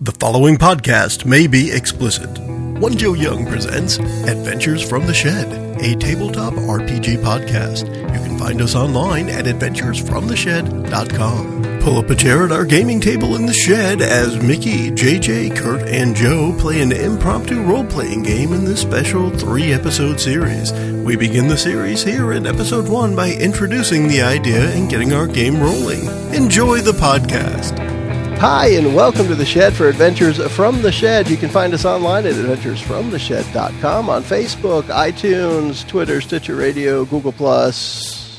The following podcast may be explicit. One Joe Young presents Adventures from the Shed, a tabletop RPG podcast. You can find us online at adventuresfromtheshed.com. Pull up a chair at our gaming table in the shed as Mickey, JJ, Kurt, and Joe play an impromptu role playing game in this special three episode series. We begin the series here in episode one by introducing the idea and getting our game rolling. Enjoy the podcast. Hi, and welcome to The Shed for Adventures from the Shed. You can find us online at adventuresfromtheshed.com, on Facebook, iTunes, Twitter, Stitcher Radio, Google, Plus,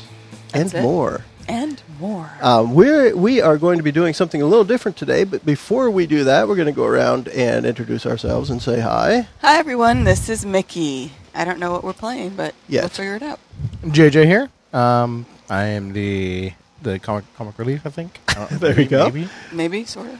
and That's it. more. and more. Um, we're, we are going to be doing something a little different today, but before we do that, we're going to go around and introduce ourselves and say hi. Hi everyone, this is Mickey. I don't know what we're playing, but we'll Yet. figure it out. JJ here. Um, I am the the comic comic relief. I think. I don't- There you go. Maybe, sort of.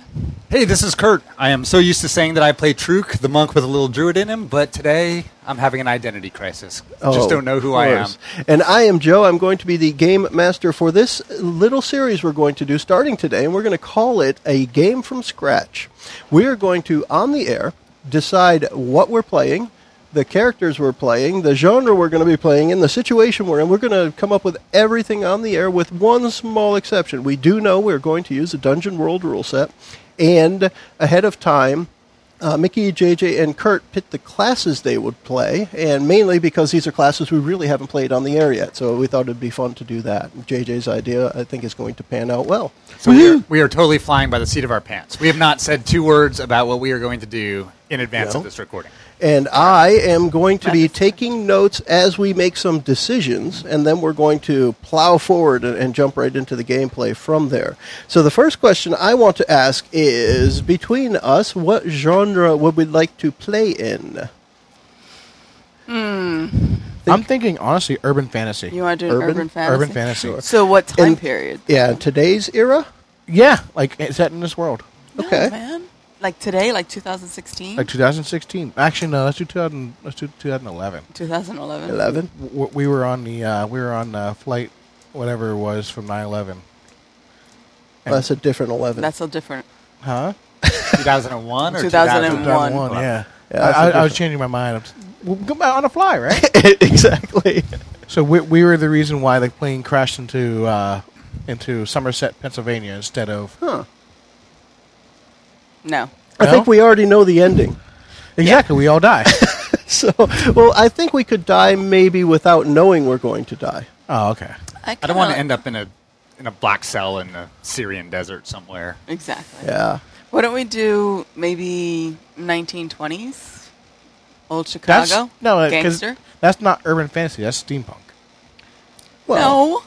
Hey, this is Kurt. I am so used to saying that I play Truk, the monk with a little druid in him, but today I'm having an identity crisis. Just don't know who Oh, of I am. course. And I am Joe. I'm going to be the game master for this little series we're going to do starting today, and we're going to call it a game from scratch. We are going to, on the air, decide what we're playing, the characters we're playing, the genre we're going to be playing, and the situation we're in. We're going to come up with everything on the air with one small exception. We do know we're going to use a Dungeon World rule set, and ahead of time, uh, Mickey, JJ, and Kurt picked the classes they would play, and mainly because these are classes we really haven't played on the air yet, so we thought it'd be fun to do that. JJ's idea, I think, is going to pan out well. So we are, we are totally flying by the seat of our pants. We have not said two words about what we are going to do in advance No. of this recording. And I am going to be taking notes as we make some decisions, and then we're going to plow forward and, and jump right into the gameplay from there. So, the first question I want to ask is between us, what genre would we like to play in? I'm thinking honestly, urban fantasy. You want to do an Urban- urban, fantasy? Urban fantasy. So what time And- period? Yeah, today's era? Yeah, like it's set in this world, No, okay. man. Like today, like 2016, like 2016. Actually, no, let's do 2000. Let's do 2011. 2011. 11? W- w- We were on the uh, we were on uh, flight whatever it was from 9/11. And- That's a different 11. That's a different. Huh? 2001 or 2001. 2000? One. 2001, Yeah. Yeah, that's a I, I, I different- was changing my mind. I'm s- We'll go back on a fly, right? exactly. so we, we were the reason why the plane crashed into uh, into Somerset, Pennsylvania, instead of No. I No? think we already know the ending. exactly. We all die. So, well, I think we could die maybe without knowing we're going to die. oh, okay. I, I don't want to end up in a in a black cell in the Syrian desert somewhere. Exactly. Yeah. Why don't we do maybe 1920s? Old Chicago? That's no, because Gangster? that's not urban fantasy. That's steampunk. no.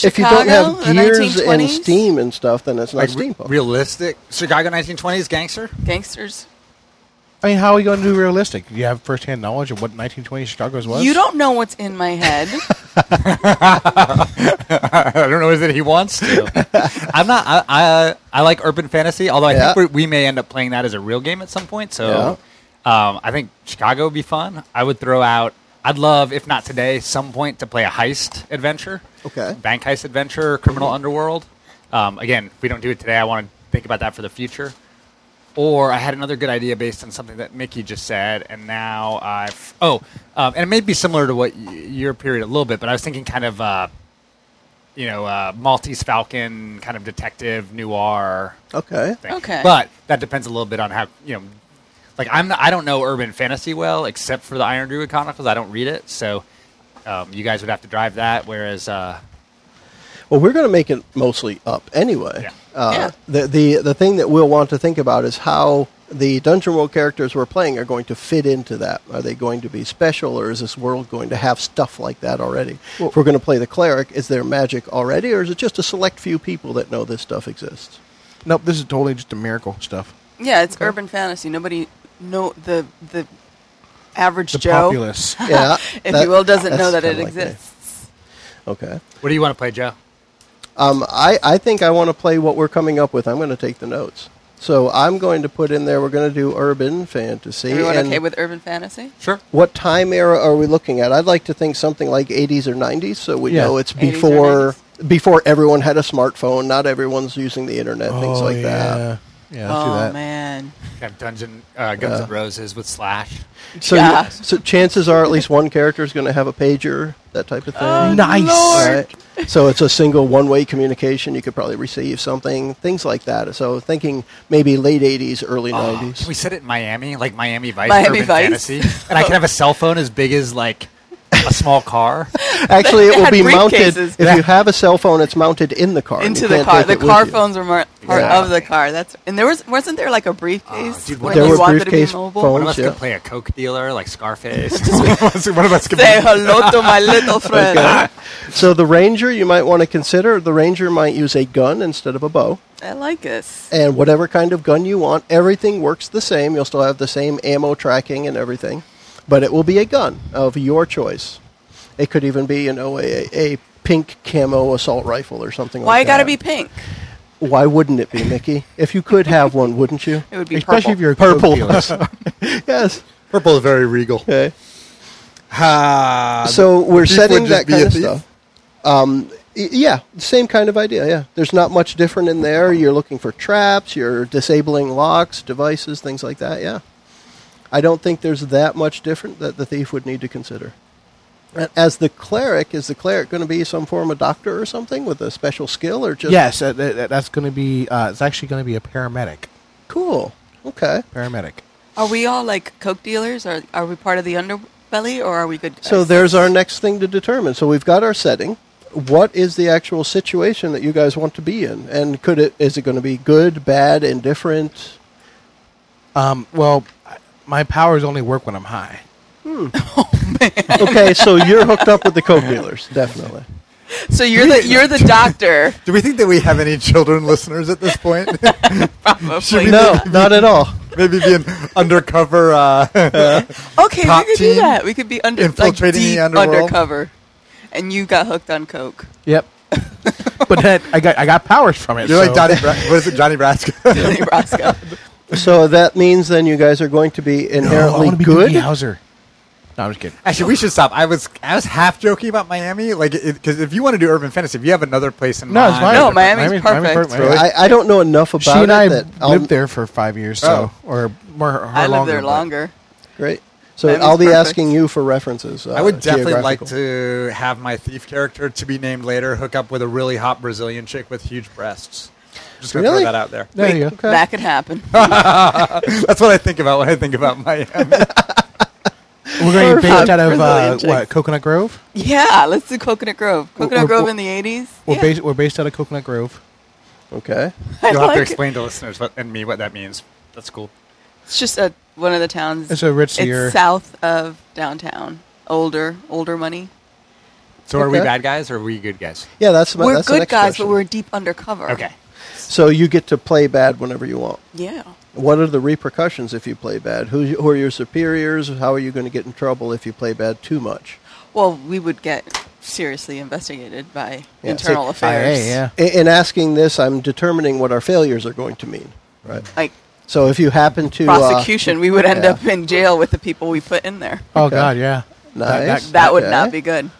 if you don't have Chicago, the gears and 1920s? steam and stuff, then it's not Like, re- steampunk. realistic Chicago 1920s gangster? Gangsters? I mean, how are you going to do realistic? Do you have firsthand knowledge of what 1920s Chicago's was? You don't know what's in my head. I don't know is it he wants to. I'm not. I, I I like urban fantasy, although I Yeah. think we we may end up playing that as a real game at some point. So, um, I think Chicago would be fun. I would throw out. I'd love, if not today, some point to play a heist adventure. Okay. Bank heist adventure, criminal underworld. Um, again, if we don't do it today, I want to think about that for the future. Or I had another good idea based on something that Mickey just said, and now I've oh, um, and it may be similar to what y- your period a little bit, but I was thinking kind of uh, you know, uh, Maltese Falcon kind of detective noir okay. thing. Okay. But that depends a little bit on how, you know, like I'm not, I don't know urban fantasy well except for the Iron Druid Chronicles. I don't read it, so um, you guys would have to drive that. Whereas, uh, Well, we're going to make it mostly up anyway. Yeah. Uh, Yeah. The, the, the thing that we'll want to think about is how the Dungeon World characters we're playing are going to fit into that. Are they going to be special, or is this world going to have stuff like that already? if we're going to play the cleric, is there magic already, or is it just a select few people that know this stuff exists? Nope. This is totally just a miracle stuff. Yeah, it's urban fantasy. Nobody know the the average The Joe, populace. Yeah. if that- you will, doesn't that's know that it kinda like me. exists. Okay. what do you want to play, Joe? Um, I, I think I want to play what we're coming up with. I'm going to take the notes. So I'm going to put in there, we're going to do urban fantasy. Everyone and okay with urban fantasy? Sure. what time era are we looking at? I'd like to think something like 80s or 90s, so we Yeah. know it's 80s or before before everyone had a smartphone. Not everyone's using the internet, things like Oh, yeah. that. Yeah. Let's do Oh that. man, Kind of dungeon uh, Guns and Roses with Slash. So, Yeah. you- so chances are at least one character is going to have a pager, that type of Oh, thing. Um, nice. Right? So it's a single one-way communication. You could probably receive something, things like that. So thinking maybe late '80s, early Oh, '90s. can we set it in Miami, like Miami Vice, Miami urban Vice. fantasy, and I can have a cell phone as big as like a small car. Actually, it They will had be mounted. briefcases. If you have a cell phone, it's mounted in the car. into You the can't car. take The it with car you. phones were more, part Yeah. Ah, of the car. That's and there was wasn't there like a briefcase dude, when there you were wanted briefcase to be mobile. One of Phones, us could yeah. play a coke dealer, like Scarface. one, of us, one of us could Say be hello to my little friend. So the ranger, you might want to consider. The ranger might use a gun instead of a bow, I like this. and whatever kind of gun you want, everything works the same. You'll still have the same ammo tracking and everything, but it will be a gun of your choice. It could even be, you know, a, a pink camo assault rifle or something Why like gotta that. be pink? Why wouldn't it be, Mickey? If you could have one, wouldn't you? It would be Especially if purple. you're a Purple. Coke dealer. yes. Purple is very regal. Okay. Ha. so we're thief setting would that just be kind a of thief? stuff. Um, y- yeah, same kind of idea. Yeah, there's not much different in there. You're looking for traps. You're disabling locks, devices, things like that. Yeah, I don't think there's that much different that the thief would need to consider. A- As the cleric, is the cleric going to be some form of doctor or something with a special skill, or just yes, uh, th- th- that's going to be. Uh, it's actually going to be a paramedic. cool? Okay. Paramedic. Are we all like coke dealers? Or are we part of the underbelly? Or are we good? So guys? there's our next thing to determine. So we've got our setting. What is the actual situation that you guys want to be in? And could it is it going to be good, bad, indifferent? Um, well, I- my powers only work when I'm high. Okay, so you're hooked up with the coke dealers, definitely. So you're the you're the doctor. Do we think that we have any children listeners at this point? Probably. No, not at all. Maybe be an undercover. Uh, Okay, we Top could do team that. We could be under like infiltrating the deep underworld. undercover, and you got hooked on coke. Yep. but then I got I got powers from it. you're so- like Donnie. Bra- what is it, Johnny Brasco? Johnny Brasco. So that means then you guys are going to be No, Oh, I inherently want to be good. Doogie Howser. No, I'm just kidding. Actually, we should stop. I was I was half joking about Miami, like because if you want to do urban fantasy, if you have another place in No, mind, it's fine. No, Miami's perfect. Really? I, I don't know enough about She it and I that lived I'll- Oh. there for five years, so or more. Or I lived longer, there but- longer. Great. So Miami's I'll be perfect. asking you for references. Uh, I would definitely like geographical. to have my thief character to be named later hook up with a really hot Brazilian chick with huge breasts. Just gonna Really? throw that out there. There you go. Okay. That could happen. That's what I think about when I think about Miami. We're going to be based Perfect. out of uh, Brazilian what? chicks. Coconut Grove. yeah, let's do Coconut Grove. Coconut We're- Grove we're- in the '80s. We're yeah. based. We're based out of Coconut Grove. Okay. I You'll have like to it. explain to listeners what, and me what that means. That's cool. It's just a, one of the towns. It's a ritzier. It's south of downtown. Older, older money. So are we Okay. bad guys or are we good guys? Yeah, that's my, we're that's the good next guys, question. but we're deep undercover. Okay. so you get to play bad whenever you want. Yeah. What are the repercussions if you play bad? Who, who are your superiors? How are you going to get in trouble if you play bad too much? Well, we would get seriously investigated by Yeah, internal see, affairs. IA, yeah. In, in asking this, I'm determining what our failures are going to mean. Right. Like So if you happen to uh, prosecution, we would end yeah. up in jail with the people we put in there. Oh Okay. God, yeah. Nice. That, that, That would Okay. not be good.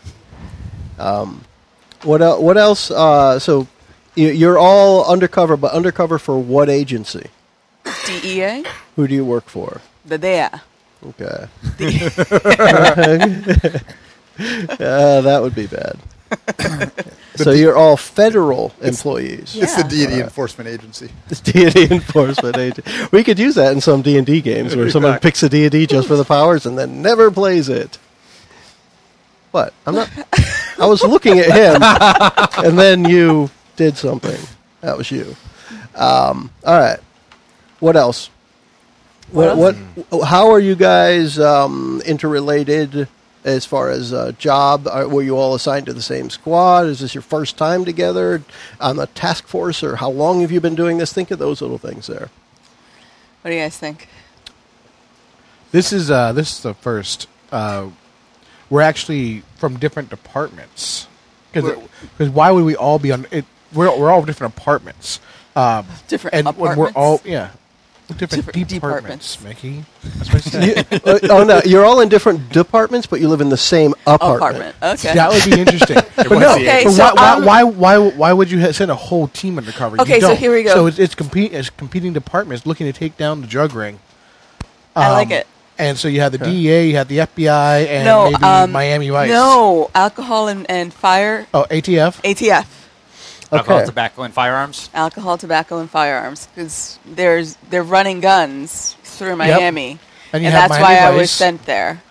what el- what else? Uh, so you, you're all undercover, but undercover for what agency? DEA? Who do you work for? E The E DEA. Okay. uh, that would be bad. so you're all federal employees. It's the Yeah. deity enforcement agency. deity enforcement agent. We could use that in some D and D games where someone picks a deity just for the powers and then never plays it. What? I'm not. I was looking at him, and then you did something. That was you. Um, all right. What else? What? else? What? How are you guys um, interrelated? As far as uh, job, Are- were you all assigned to the same squad? Is this your first time together on the task force, or how long have you been doing this? Think of those little things there. What do you guys think? this is uh, this is the first. Uh, we're actually from different departments. Because why would we all be on? It, we're we're all different apartments. Um, Different and when we're all apartments? yeah. Different Different departments, departments. Mickey. That's what I said. You- uh, oh no, you're all in different departments, but you live in the same apartment. Apartment. Okay. That would be interesting. but no, Okay, but so, why, um, why, why, why, why would you ha- send a whole team undercover? You Okay, so don't. here we go. So it's, it's, compe- it's competing departments looking to take down the drug ring. I like Um, it. And so you have the DEA, you have the FBI, and no, maybe um, Miami Vice. No, alcohol and, and fire. Oh, ATF. ATF, Alcohol, Okay. tobacco, and firearms. alcohol, tobacco, and firearms, because there's they're running guns through Miami, And and, you have that's why Miami I was Vice. sent there.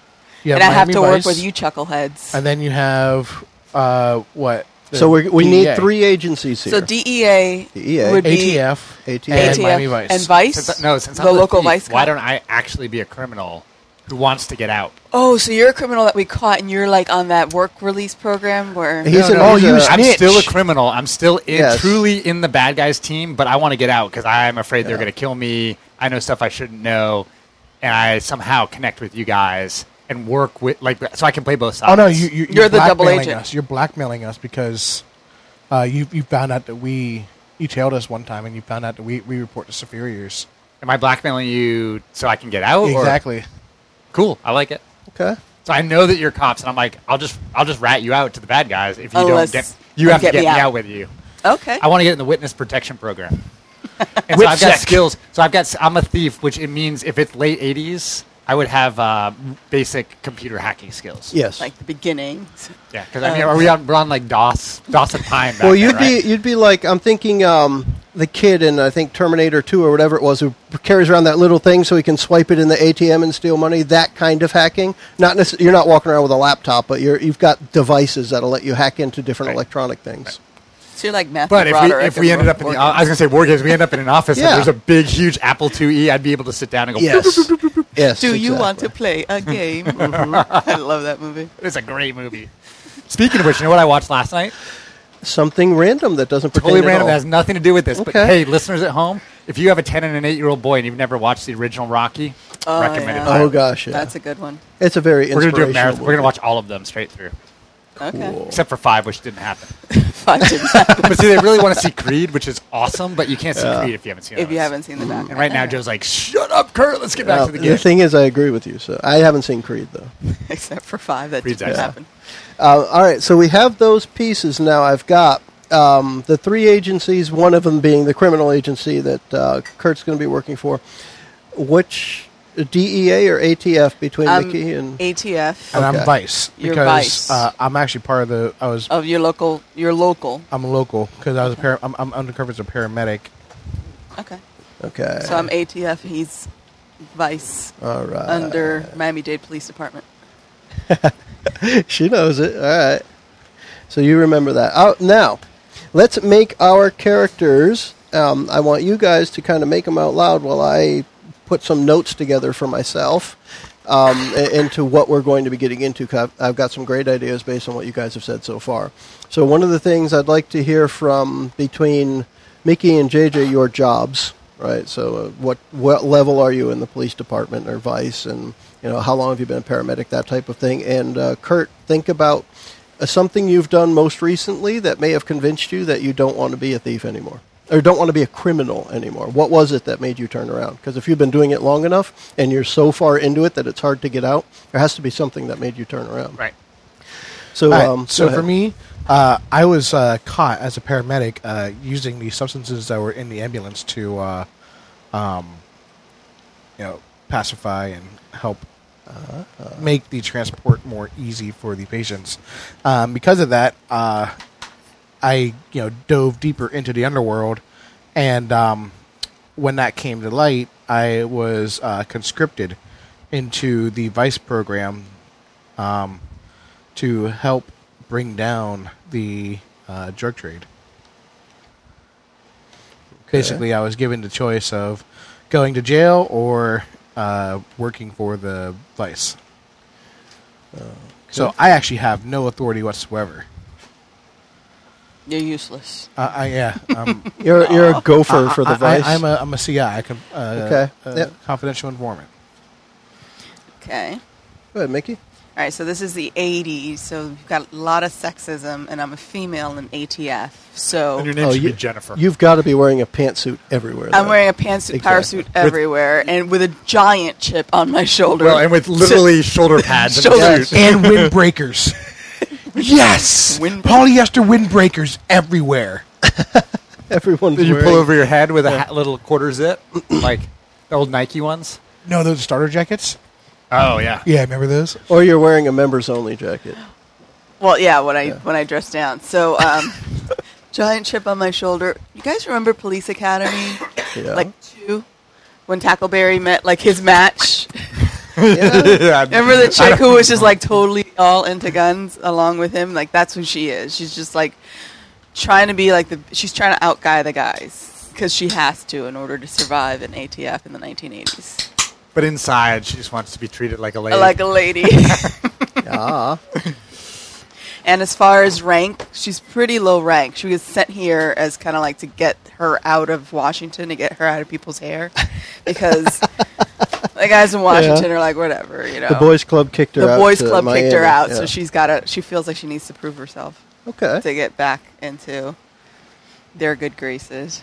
You and I have Miami to work Vice, with you chuckleheads. And then you have uh, what? The So we're, we DEA, need three agencies here. so DEA, E DEA. would be ATF, ATF. and ATF Miami Vice. and Vice. Since I- no, since the I'm the local thief, Vice. Why cop. don't I actually be a criminal who wants to get out? Oh, so you're a criminal that we caught, and you're like on that work release program where He's No, an, no, he's Oh, you a- snitch. I'm still a criminal. I'm still in, Yes. truly in the bad guys team, but I want to get out because I'm afraid they're going to kill me. I know stuff I shouldn't know, and I somehow connect with you guys and work with like so I can play both sides. Oh no, you, you You're the double blackmailing agent. Us. You're blackmailing us because uh, you you found out that we you tailed us one time, and you found out that we we report to superiors. Am I blackmailing you so I can get out? or- Exactly. Cool. I like it. okay. So I know that you're cops, and I'm like, I'll just I'll just rat you out to the bad guys if you Unless- don't get. You don't Oh, have get to get me me out. out. with you. okay, I want to get in the witness protection program. And so I've got skills. So I've got. s- I'm a thief, which it means if it's late 80s, I would have uh, basic computer hacking skills. Yes. like the beginning. Yeah. Because I mean, are we on, we're on like DOS, DOS and Pine? back well, then, you'd right? be you'd be like I'm thinking um, the kid in I think Terminator Two or whatever it was who carries around that little thing so he can swipe it in the ATM and steal money. That kind of hacking. Not necess- you're not walking around with a laptop, but you're you've got devices that'll let you hack into different electronic things. So you're like Matthew But if we, Broderick if we and ended up in the, Morgan. I was gonna say war games. We end up in an office. Yeah. and There's a big, huge Apple IIe. I'd be able to sit down and go. Yes. yes. Do you want exactly. to play a game? Mm-hmm. I love that movie. It's a great movie. Speaking of which, you know what I watched last night? something random that doesn't pertain Totally at random. all? That has nothing to do with this. But Okay. hey, listeners at home, if you have a 10 and an 8 year old boy and you've never watched the original Rocky, Oh, recommended. yeah. Oh gosh, yeah. That's a good one. it's a very We're gonna do a inspirational. marathon. We're movie. gonna watch all of them straight through, Okay. except for five, which didn't happen. Fun to- but see, they really want to see Creed, which is awesome. But you can't see Creed if you haven't seen it. if you haven't seen the back. And Mm-hmm. right now, Joe's like, "Shut up, Kurt. Let's get back Now, to the Uh, the game." thing is, I agree with you. So I haven't seen Creed though. Except for five, that Reads didn't that. happen. Uh, all right, so we have those pieces now. I've got um, the three agencies, one of them being the criminal agency that uh, Kurt's going to be working for. Which DEA or ATF between Um, Mickey and ATF And Okay. I'm Vice You're because Vice. Uh, I'm actually part of the. I was of your local, your local. I'm a local because I was a para- I'm, I'm undercover as a paramedic. Okay. okay? So Uh, I'm ATF. He's Vice all right, under Miami Dade Police Department. she knows it. All right, so you remember that. Oh, now, let's make our characters. Um, I want you guys to kind of make them out loud while I put some notes together for myself um, i- into what we're going to be getting into. 'cause I've, I've got some great ideas based on what you guys have said so far. So one of the things I'd like to hear from between Mickey and JJ, your jobs, right? So uh, what what level are you in the police department or vice, and you know how long have you been a paramedic, that type of thing. And uh, Kurt, think about uh, something you've done most recently that may have convinced you that you don't want to be a thief anymore or don't want to be a criminal anymore? What was it that made you turn around? Because if you've been doing it long enough and you're so far into it that it's hard to get out, there has to be something that made you turn around. right. So, All right, um, so go for ahead. me, uh, I was uh, caught as a paramedic uh, using the substances that were in the ambulance to, uh, um, you know, pacify and help uh, make the transport more easy for the patients. Um, because of that, uh, I you know dove deeper into the underworld, and um, when that came to light, I was uh, conscripted into the vice program um, to help bring down the uh, drug trade. Basically, I was given the choice of going to jail or uh, working for the vice. So I actually have no authority whatsoever. You're useless. Uh, I yeah. Um, you're, you're a gopher for I- the vice. I, am a I'm a CI. I can, uh, Okay, uh, yep. Confidential informant. Okay. go ahead, Mickey. All right, so this is the 80s, so you've got a lot of sexism, and I'm a female in ATF. So And your name Oh, should you- be Jennifer. You've got to be wearing a pantsuit everywhere. I'm though. wearing a pantsuit, power Exactly. suit everywhere, and with a giant chip on my shoulder. well, and with literally shoulder pads. and Shoulder- suits. and windbreakers. yes, Windbreakers. polyester windbreakers everywhere. Everyone's Did you wearing. pull over your head with a ha- little quarter zip, like the old Nike ones? No, those are starter jackets. Oh yeah. Yeah, remember those? Or you're wearing a members only jacket. Well, yeah, when I when I dress down. So, um, giant chip on my shoulder. You guys remember Police Academy? Yeah. Like two, when Tackleberry met like his match. yeah. Remember the chick who was just like totally all into guns along with him? Like that's who she is. She's just like trying to be like the. She's trying to out guy the guys because she has to in order to survive in ATF in the 1980s. But inside, she just wants to be treated like a lady. Like a lady. Ah. And as far as rank, she's pretty low rank. She was sent here as kind of like to get her out of Washington, to get her out of people's hair, because the guys in Washington are like, whatever, you know. The boys club kicked her The out. boys to club kicked her Miami. out, Yeah. so she's got to. She feels like she needs to prove herself Okay. to get back into their good graces.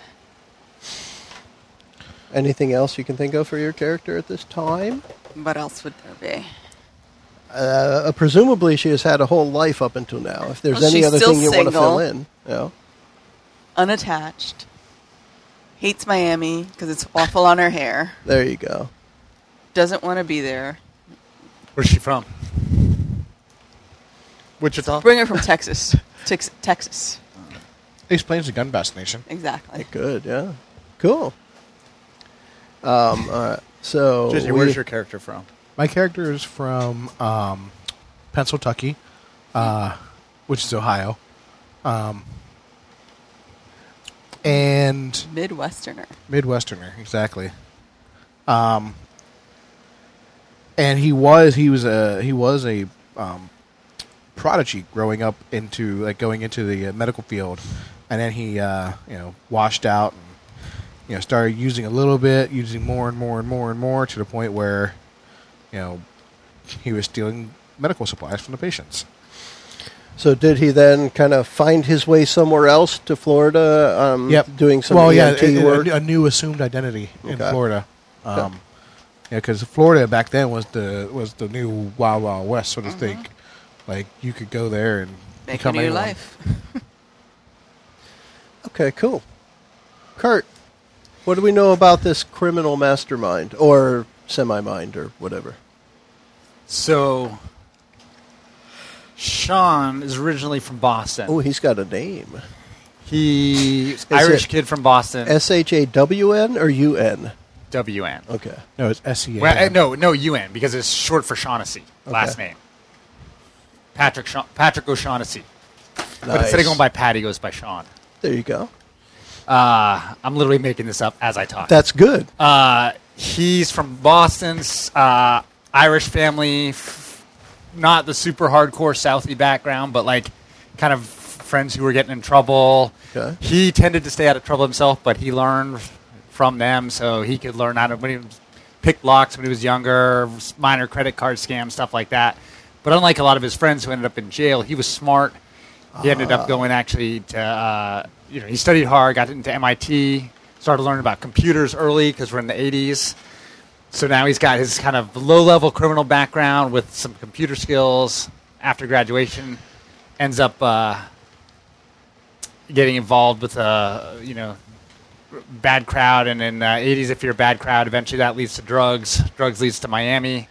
Anything else you can think of for your character at this time? What else would there be? Uh, presumably, she has had a whole life up until now. If there's Well, any she's other still thing you want to fill single. in, you know. Unattached. Hates Miami because it's awful on her hair. there you go. Doesn't want to be there. Where's she from? Wichita. Bring her from Texas. Tex- Texas. Explains the gun fascination. Exactly. Good, yeah. Cool. Um, all right. So, Jesse, we- where's your character from? My character is from um, Pennsylvania, uh, which is Ohio, um, and Midwesterner. Midwesterner, exactly. Um, and he was he was a he was a um, prodigy growing up into like going into the uh, medical field, and then he uh, you know washed out and you know started using a little bit, using more and more and more and more to the point where you know he was stealing medical supplies from the patients. so did he then kind of find his way somewhere else to Florida? Um, Doing some well, EMT yeah, a- a- work. A, new assumed identity in Okay. Florida. Um, Yeah, because Florida back then was the was the new Wild Wild West sort of thing. Like you could go there and Mm-hmm. Make a become um, new anyone. life. Okay, cool. Kurt, what do we know about this criminal mastermind or semi mind or whatever? So Sean is originally from Boston. Oh, he's got a name. He Irish it- kid from Boston. S H A W N or U N? WN. Okay. No, it's S E A. Well, uh, no, no, UN because it's short for Shaughnessy last Okay. name. Patrick Sha- Patrick O'Shaughnessy, but Nice. instead of going by Pat, he goes by Sean. There you go. Uh, I'm literally making this up as I talk. That's good. Uh, he's from Boston's uh, Irish family, f- not the super hardcore Southie background, but like kind of friends who were getting in trouble. Okay. He tended to stay out of trouble himself, but he learned from them, so he could learn how to when he was- picked locks when he was younger, s- minor credit card scams, stuff like that. But unlike a lot of his friends who ended up in jail, he was smart. He ended up going actually to, uh, you know, he studied hard, got into MIT, started learning about computers early because we're in the 80s. So now he's got his kind of low level criminal background with some computer skills. After graduation, ends up uh, getting involved with a you know bad crowd, and in the '80s, if you're a bad crowd, eventually that leads to drugs. Drugs leads to Miami.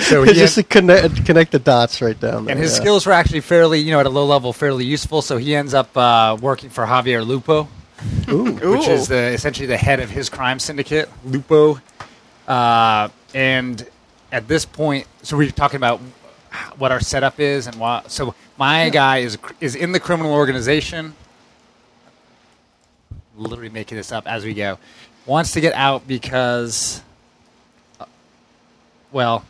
so he just to connect, connect the dots right down there. and his yeah. skills were actually fairly, you know, at a low level, fairly useful. So he ends up uh, working for Javier Lupo, which Ooh. is the, essentially the head of his crime syndicate, Lupo. Uh, and at this point, so we we're talking about what our setup is, and why. So my guy is is in the criminal organization. Literally making this up as we go. Wants to get out because, uh, well,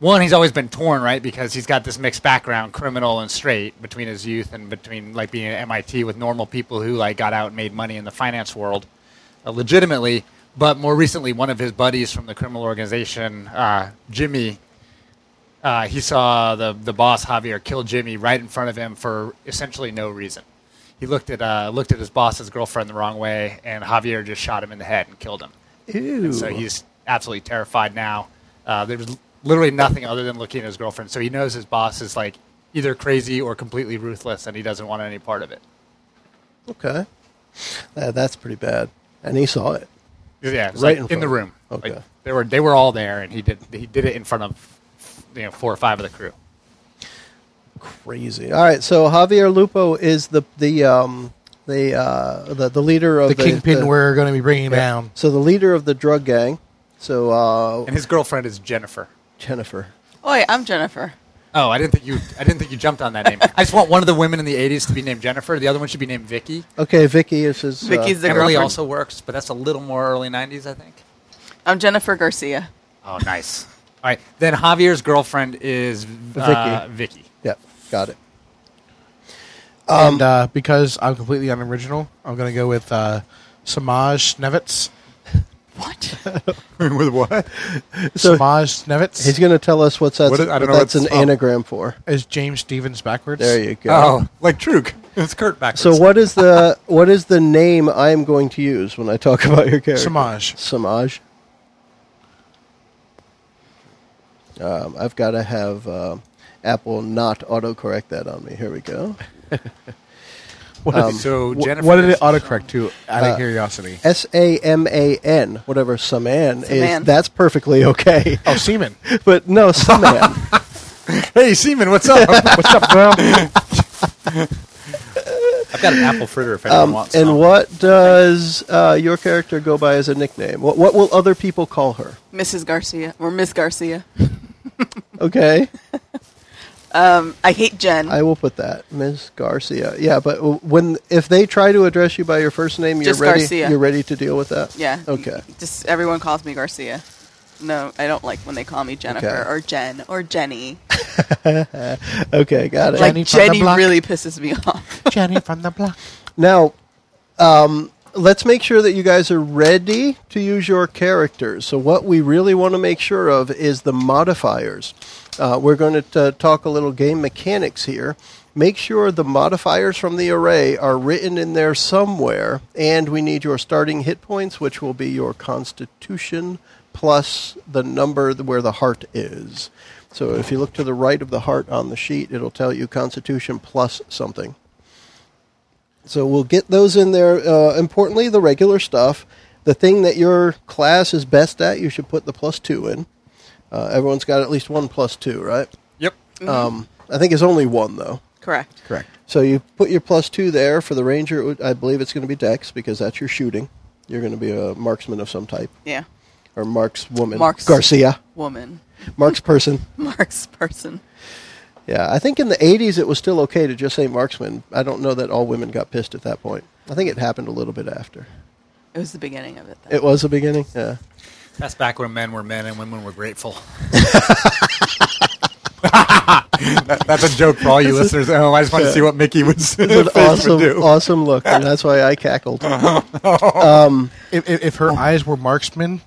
one he's always been torn right because he's got this mixed background criminal and straight between his youth and between like being at mit with normal people who like got out and made money in the finance world uh, legitimately but more recently one of his buddies from the criminal organization uh, jimmy uh, he saw the the boss Javier kill Jimmy right in front of him for essentially no reason. He looked at uh, looked at his boss's girlfriend the wrong way, and Javier just shot him in the head and killed him. Ew. So he's absolutely terrified now. Uh, there was literally nothing other than looking at his girlfriend. So he knows his boss is like either crazy or completely ruthless, and he doesn't want any part of it. okay. Uh, that's pretty bad. And he saw it. Yeah, it was, Right like, in in, the front. room. Okay. Like, they were they were all there, and he did he did it in front of you know four or five of the crew. Crazy. All right. So Javier Lupo is the the um the uh the, the leader of the the, kingpin the- we're going to be bringing down. So the leader of the drug gang. So uh And his girlfriend is Jennifer. Jennifer. Oi, I'm Jennifer. Oh, I didn't think you I didn't think you jumped on that name. I just want one of the women in the '80s to be named Jennifer. The other one should be named Vicky. Okay, Vicky is his. uh, Vicky's the Emily girlfriend. also works, but that's a little more early '90s, I think. I'm Jennifer Garcia. Oh, nice. All right, then Javier's girlfriend is uh, Vicky. yeah, got it. Um, and uh, because I'm completely unoriginal, I'm going to go with uh, Samaj Snevitz. What? With what? So- Samaj Snevitz He's going to tell us what's that's, What is- I don't know that's an what's up. anagram for. is James Stevens backwards. There you go. Oh, like Truk. It's Kurt backwards. So what is the what is the name I am going to use when I talk about your character? Samaj. Samaj. Um, I've got to have uh, Apple not autocorrect that on me. Here we go. What, so wh- Jennifer what did is- it autocorrect to? Out Uh, of curiosity. S A M A N, whatever Saman is. Saman. That's perfectly okay. Oh, semen. But no, Saman. hey, Seaman, what's up? What's up, bro? I've got an apple fritter if Um, anyone wants. and some. what does uh, your character go by as a nickname? What, what will other people call her? Mrs. Garcia or Miss Garcia. Okay. Um, I hate Jen. I will put that, Ms. Garcia. Yeah, but w- when if they try to address you by your first name, you're Just ready. Garcia. You're ready to deal with that. yeah. Okay. Just everyone calls me Garcia. No, I don't like when they call me Jennifer Okay. or Jen or Jenny. Okay. Got it. Jenny like from the Jenny block. really pisses me off. Jenny from the block. Now, um, let's make sure that you guys are ready to use your characters. So, what we really want to make sure of is the modifiers. Uh, we're going to uh, talk a little game mechanics here. Make sure the modifiers from the array are written in there somewhere, and we need your starting hit points, which will be your constitution plus the number th- where the heart is. So, if you look to the right of the heart on the sheet, it'll tell you constitution plus something. So we'll get those in there. Uh, importantly, the regular stuff. The thing that your class is best at, you should put the plus two in. Uh, everyone's got at least one plus two, right? yep. Um, I think it's only one though. Correct. Correct. So you put your plus two there for the ranger. it would- I believe it's going to be Dex because that's your shooting. You're going to be a marksman of some type Yeah. or marks woman. Marks. Garcia, Woman. marks person. Mark's person. Yeah, I think in the 80s it was still okay to just say marksman. I don't know that all women got pissed at that point. I think it happened a little bit after. It was the beginning of it. Though. It was the beginning. Yeah. That's back when men were men and women were grateful. That- that's a joke for all you listeners at home. I just want to see what Mickey would, face It's an would awesome, do. awesome look, and that's why I cackled. If, if, if Oh. her eyes were marksmen,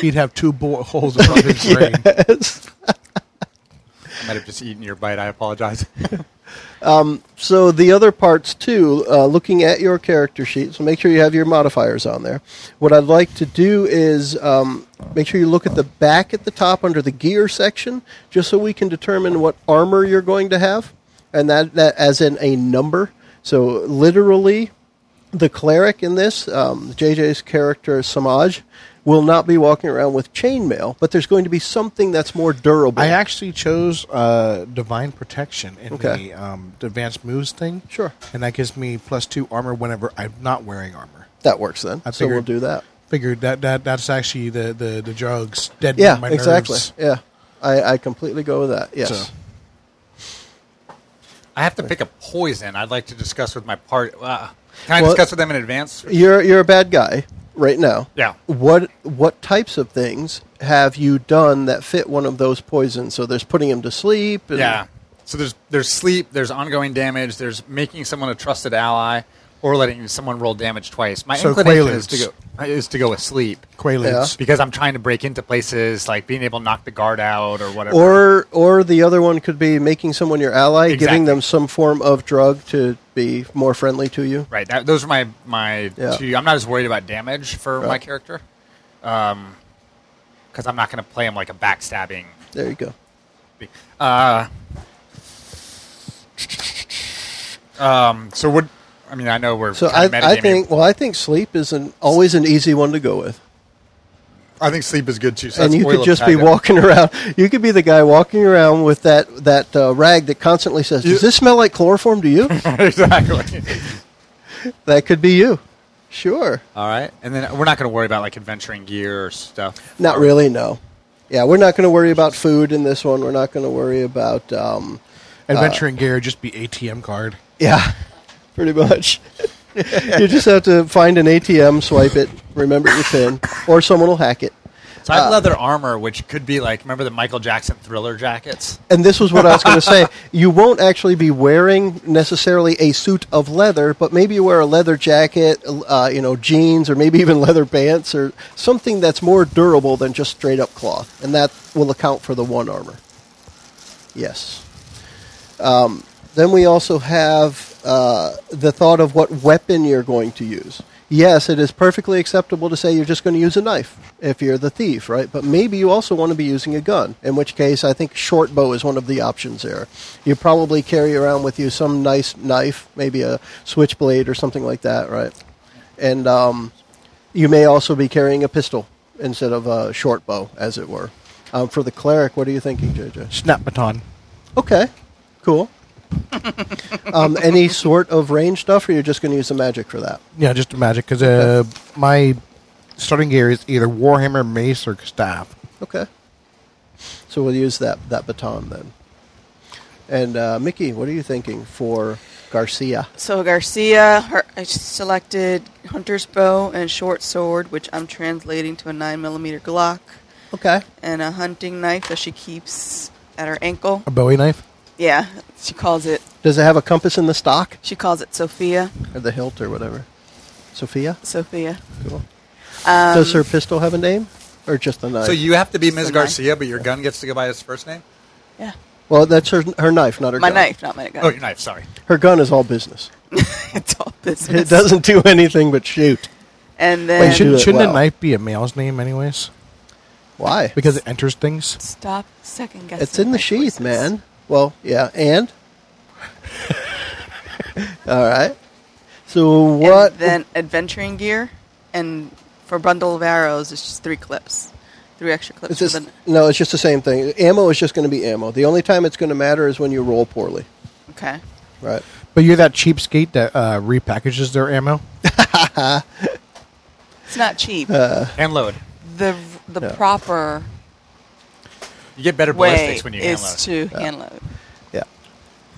he'd have two bullet holes in front of his brain. Yes. I might have just eaten your bite. I apologize. so the other parts too, uh, looking at your character sheet. So make sure you have your modifiers on there. What I'd like to do is um, make sure you look at the back at the top under the gear section, just so we can determine what armor you're going to have, and that, that as in a number. So literally, the cleric in this, um, JJ's character Samaj, will not be walking around with chainmail, but there's going to be something that's more durable. I actually chose uh, divine protection in Okay. the um, the advanced moves thing. Sure. and that gives me plus two armor whenever I'm not wearing armor. that works then. I so we'll figured- do that. Figured that, that that's actually the the, the drugs dead. Yeah, my exactly. Nerves. Yeah, I, I completely go with that. Yes. So- I have to pick a poison. I'd like to discuss with my part. Uh, can I Well- discuss with them in advance? You're you're a bad guy right now. Yeah. What what types of things have you done that fit one of those poisons? So there's putting him to sleep. And, Yeah. So there's there's sleep, there's ongoing damage, there's making someone a trusted ally, or letting someone roll damage twice. My So inclination is Quaaludes. to go. is to go with sleep Quaaludes. because I'm trying to break into places like being able to knock the guard out or whatever. Or or the other one could be making someone your ally, giving Exactly. them some form of drug to be more friendly to you. right, that, those are my my Yeah. two. I'm not as worried about damage for my Right. character because I'm not going to play him like a backstabbing. There you go. Uh, um, so what? I mean, I know we're So I, kinda I metagaming. think well I think sleep is an always an easy one to go with. I think sleep is good too. So and that's you oil could of just be Tiger. walking around. You could be the guy walking around with that that uh, rag that constantly says, "Does this smell like chloroform to you?" exactly. that could be you. Sure. All right, and then we're not going to worry about like adventuring gear or stuff. Not really. No. Yeah, we're not going to worry about food in this one. We're not going to worry about. Um, Adventuring gear just be ATM card. yeah, pretty much. you just have to find an ATM, swipe it, remember your pin, or someone will hack it. So Uh, I have leather armor, which could be like remember the Michael Jackson Thriller jackets. And this was what I was going to say. You won't actually be wearing necessarily a suit of leather, but maybe you wear a leather jacket, uh, you know, jeans, or maybe even leather pants, or something that's more durable than just straight up cloth, and that will account for the one armor. Yes. Um, then we also have uh, the thought of what weapon you're going to use. Yes, it is perfectly acceptable to say you're just going to use a knife if you're the thief, right? But maybe you also want to be using a gun, in which case I think short bow is one of the options there. You probably carry around with you some nice knife, maybe a switchblade or something like that, right? And um, you may also be carrying a pistol instead of a short bow, as it were. Um, for the cleric, what are you thinking, JJ? Snap baton. Okay, cool. um, any sort of range stuff, or you're just going to use the magic for that? Yeah, just a magic because uh, my starting gear is either warhammer, mace, or staff. Okay. So we'll use that that baton then. And uh, Mickey, what are you thinking for Garcia? So Garcia, her, I selected hunter's bow and short sword, which I'm translating to a nine millimeter Glock, Okay. and a hunting knife that she keeps at her ankle. Um, A Bowie knife. Yeah, she calls it. Does it have a compass in the stock She calls it Sophia. or the hilt or whatever? Sophia. Sophia. Um, Cool. Does her pistol have a name, or just the knife? So you have to be Ms. a knife. Garcia, but your gun gets to go by its first name. Yeah. well, that's her her knife, not her My gun. knife, not my gun. Oh, your knife. Sorry. Her gun is all business. it's all business. It doesn't do anything but shoot. And then Wait, Wait, do it shouldn't, shouldn't well. a knife be a male's name anyways? Why? Because it enters things. stop second guessing. It's in my the sheath, choices. man. Well, yeah, and all right. So And what? then adventuring gear, and for bundle of arrows, it's just three clips, three extra clips. It's for just, the- no, it's just the same thing. Ammo is just going to be ammo. The only time it's going to matter is when you roll poorly, okay. right? But you're that cheapskate that uh, repackages their ammo. It's not cheap. Uh, Hand load. the the proper You get better way ballistics when you hand load. is to hand load. Yeah.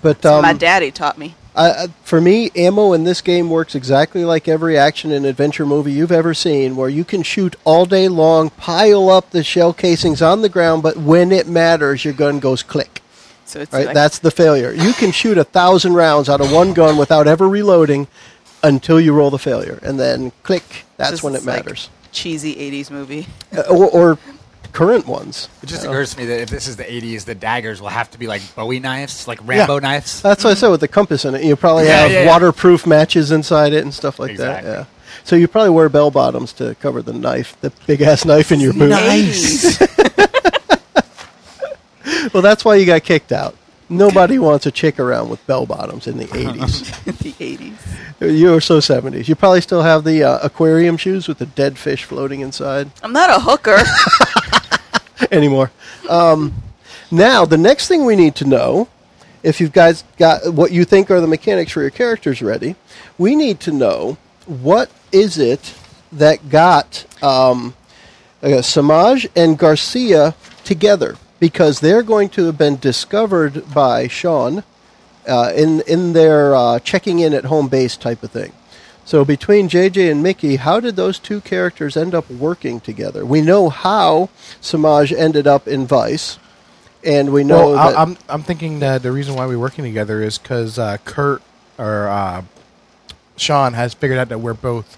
But So um, my daddy taught me. I, I- for me, ammo in this game works exactly like every action and adventure movie you've ever seen, where you can shoot all day long, pile up the shell casings on the ground, but when it matters, your gun goes click. So it's Right, like, that's the failure. You can shoot a thousand rounds out of one gun without ever reloading until you roll the failure, and then click. That's this when it is like matters, cheesy '80s movie. Uh, or, or current ones. It just occurs to me that if this is the 80s, the daggers will have to be like Bowie knives, like Rambo Yeah. knives. That's what I said with the compass in it. You probably Yeah, have yeah, yeah. waterproof matches inside it and stuff like Exactly. that. Yeah. So you probably wear bell bottoms to cover the knife, the big ass knife in your boot. Nice. Well, that's why you got kicked out. Nobody wants a chick around with bell bottoms in the '80s. the '80s. you are so '70s. You probably still have the uh, aquarium shoes with the dead fish floating inside. I'm not a hooker. anymore. Um, now, the next thing we need to know, if you've guys got what you think are the mechanics for your characters ready, we need to know what is it that got um, uh, Samaj and Garcia together because they're going to have been discovered by Sean uh, in in their uh, checking in at home base type of thing. So between JJ and Mickey, how did those two characters end up working together? We know how Samaj ended up in Vice, and we know well, I, that I'm I'm thinking that the reason why we're working together is because uh, Kurt or uh, Sean has figured out that we're both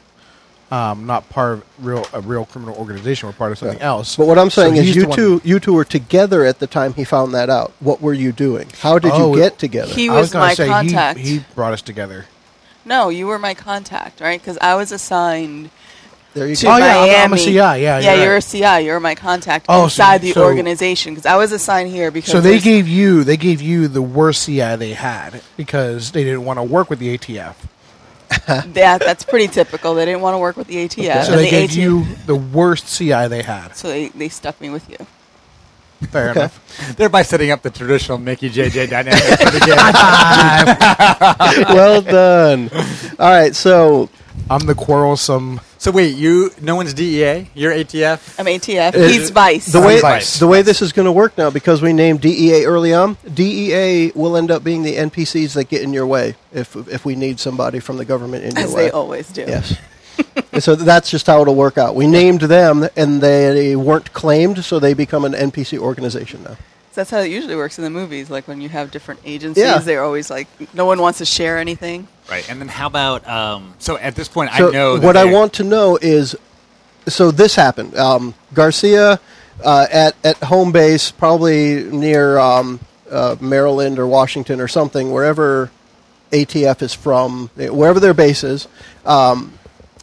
um, not part of real a real criminal organization. We're part of something else. But what I'm So saying is, he's you the one- two, you two were together at the time he found that out. What were you doing? How did Oh, you it- get together? He I was gonna my say, he- contact. He, brought us together. No, you were my contact, right? Because I was assigned there you to go. Oh, yeah, I'm- Miami. I'm a CI, yeah, yeah, you're you're a right. CI. You're my contact Oh, so- inside the so- organization because I was assigned here because So they there's- gave you they gave you the worst CI they had because they didn't want to work with the ATF. that that's pretty typical. They didn't want to work with the ATF. So and they the gave ATF you the worst CI they had. So they, they stuck me with you. Fair enough. Thereby setting up the traditional Mickey JJ dynamic for the game. well done. All right, so I'm the quarrelsome. So wait, you no one's DEA, you're ATF. I'm ATF. Uh, He's Vice. the way Vice. the way this is going to work now because we named DEA early on, DEA will end up being the NPCs that get in your way if if we need somebody from the government in as your way. they always do. Yes. And so that's just how it'll work out. We named them, and they weren't claimed, so they become an NPC organization now. That's how it usually works in the movies. Like when you have different agencies, Yeah. they're always like, no one wants to share anything. Right. And then how about um, so at this point So I know that what I they- want to know is, so this happened. Um, Garcia uh, at at home base, probably near um, uh, Maryland or Washington or something, wherever ATF is from, wherever their base is. Um,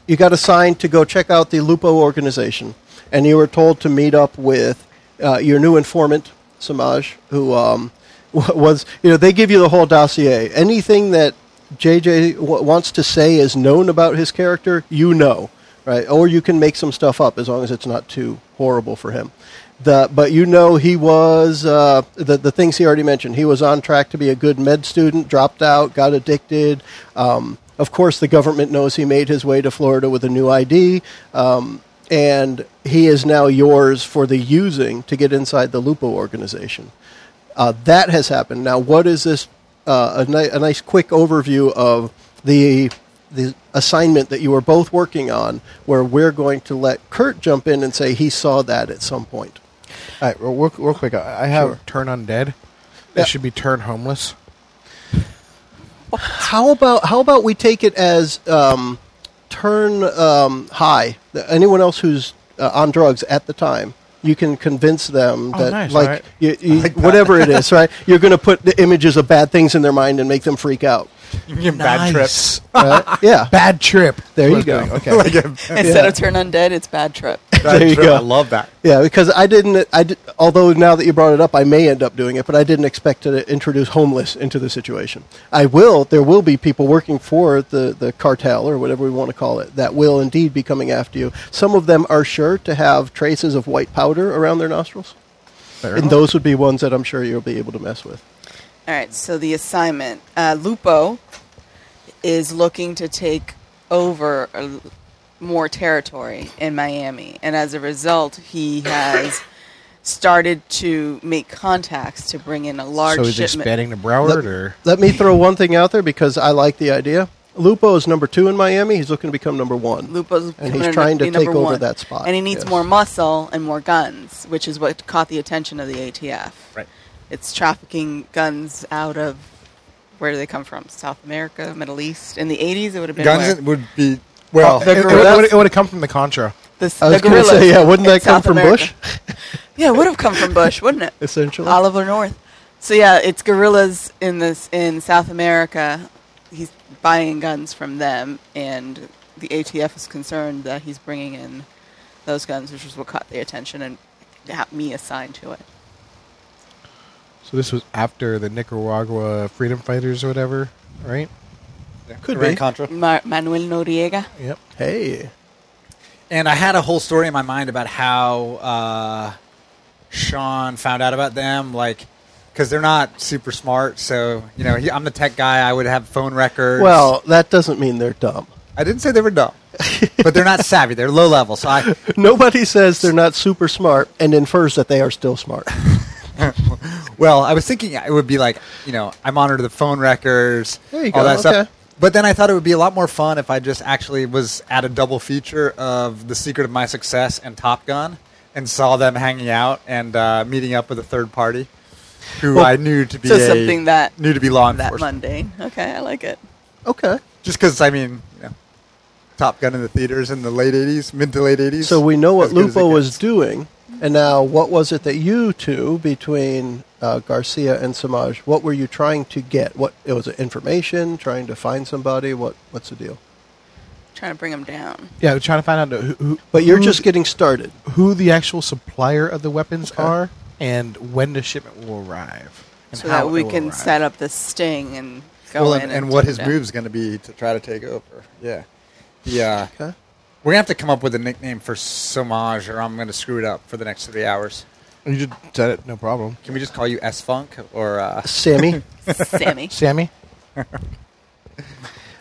you got assigned to go check out the Lupo organization, and you were told to meet up with uh, your new informant, Samaj, who um, wa- was, you know, they give you the whole dossier. Anything that JJ w- wants to say is known about his character, you know, right? Or you can make some stuff up as long as it's not too horrible for him. The, but you know he was uh, the the things he already mentioned. He was on track to be a good med student, dropped out, got addicted. Um, of course, the government knows he made his way to Florida with a new ID, um, and he is now yours for the using to get inside the Lupo organization. Uh, that has happened. Now, what is this? Uh, a, ni- a nice quick overview of the the assignment that you were both working on, where we're going to let Kurt jump in and say he saw that at some point. All right, real, real, real quick. I I have Sure. turn undead. Yeah. It should be turn homeless. How about how about we take it as um, turn um, high? Th- Anyone else who's uh, on drugs at the time, you can convince them Oh, that nice, like, all right. you, you, whatever it is, right? You're going to put the images of bad things in their mind and make them freak out. You can give 'em bad trips. Right? yeah, Bad trip. there you Let's go. Okay. Instead of turn undead, it's bad trip. Bad There you trip, go. I love that. Yeah, because I didn't. I did, although now that you brought it up, I may end up doing it, but I didn't expect to introduce homeless into the situation. I will. There will be people working for the the cartel or whatever we want to call it that will indeed be coming after you. Some of them are sure to have traces of white powder around their nostrils, Fair and enough. those would be ones that I'm sure you'll be able to mess with. All right, so the assignment uh, Lupo is looking to take over a l- more territory in Miami, and as a result, he has started to make contacts to bring in a large so he's shipment. expanding to Broward, or Let me throw one thing out there because I like the idea. Lupo is number two in Miami. He's looking to become number one. Lupo's And he's coming in trying to be number take over one. that spot, and he needs yes. more muscle and more guns, which is what caught the attention of the ATF. Right. It's trafficking guns out of where do they come from? South America, Middle East. In the '80s, it would have been where? Guns would be well. the it, gorilla- would have come from the Contra. the, s- I was the gonna gorillas. say, yeah, wouldn't in that come South from America. yeah, it would have come from Bush, wouldn't it? Essentially. Oliver North. So yeah, it's gorillas in this in South America. He's buying guns from them, and the ATF is concerned that he's bringing in those guns, which is what caught their attention and got me assigned to it. So this was after the Nicaragua freedom fighters or whatever, right? Could Iran be. Contra. Mar- Manuel Noriega. Yep. Hey, And I had a whole story in my mind about how uh, Sean found out about them, like because they're not super smart. So you know, he, I'm the tech guy. I would have phone records. well, that doesn't mean they're dumb. I didn't say they were dumb, but they're not savvy. They're low level. So I, Nobody says they're not super smart and infers that they are still smart. well, I was thinking it would be like you know, I monitor the phone records, There you all go, that stuff. okay. But then I thought it would be a lot more fun if I just actually was at a double feature of The Secret of My Success and Top Gun, and saw them hanging out and uh, meeting up with a third party, who I knew to be So a- something that- knew to be law That enforcement. mundane. Okay, I like it. Okay. Just because I mean, you know, Top Gun in the theaters in the late '80s, mid to late '80s. So we know what As good as it Lupo was gets. doing, and now what was it that you two, between uh, Garcia and Samaj, what were you trying to get? What it was it information, trying to find somebody. What what's the deal? Trying to bring them down. Yeah, we're trying to find out who, who But you're who Mm. just the- getting started. who the actual supplier of the weapons Okay. are and when the shipment will arrive. and so how that it we will can arrive. set up this sting and go well, in. and, and, what take his them down. move's going to be to try to take over. Yeah, uh, yeah. Okay. We're gonna have to come up with a nickname for Somage, or I'm gonna screw it up for the next three hours. You just said it, no problem. Can we just call you S Funk or uh, Sammy. Sammy. Sammy?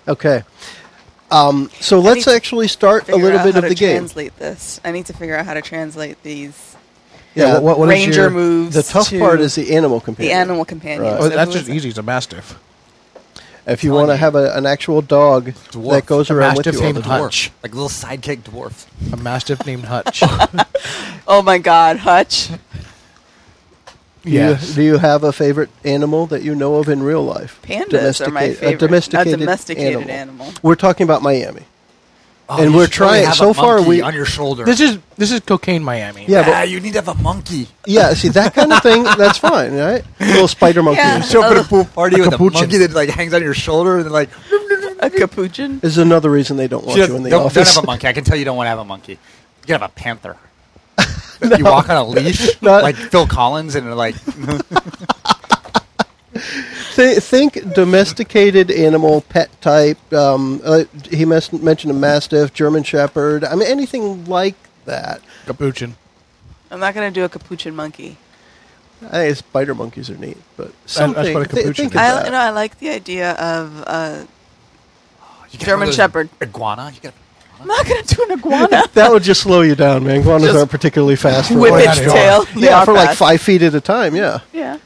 Okay. Um, so let's need to actually start a Figure little out bit how of to the game. Translate this. I need to figure out how to translate these. Yeah, what- what- what is Ranger your- moves. The tough to part is the animal companion. the animal companion. Right. Oh, that's just easy. It's a mastiff. If you want to have a, an actual dog Dwarf. that goes A around with mastiff you all named the time. Hutch. like a little sidekick dwarf? A mastiff named Hutch. Oh my God, Hutch. Do you- Yes. Do, you, have a favorite animal that you know of in real life? Pandas are my Domesticate- favorite. A domesticated, a domesticated animal. We're talking about Miami. Oh, And you we're should really trying- have so a far monkey we- on your shoulder. this is this is cocaine Miami. Yeah, yeah, but you need to have a monkey. yeah. See that kind of thing. That's fine, right? Little spider monkey. Yeah. Show up at a pool party A with a capuchin. monkey that like hangs on your shoulder and like A capuchin. Is another reason they don't want Just you in the don't, don't office. have a monkey. I can tell you don't want to have a monkey. You can have a panther. You walk on a leash Not- like Phil Collins, and like Th- think domesticated animal, pet type. Um, uh, he mes- mentioned a mastiff, German shepherd. I mean, anything like that. Capuchin. I'm not gonna do a capuchin monkey. I think spider monkeys are neat, but That- that's something. what a thi- capuchin think is. of I that. no, I like the idea of. Uh, you can have German one of those Shepherd. iguana. You can have I'm not gonna do an iguana. That would just slow you down, man. Iguanas Just aren't particularly fast. For Whip what- its they are. tail. They yeah, are for like fast. five feet at a time. Yeah, Yeah.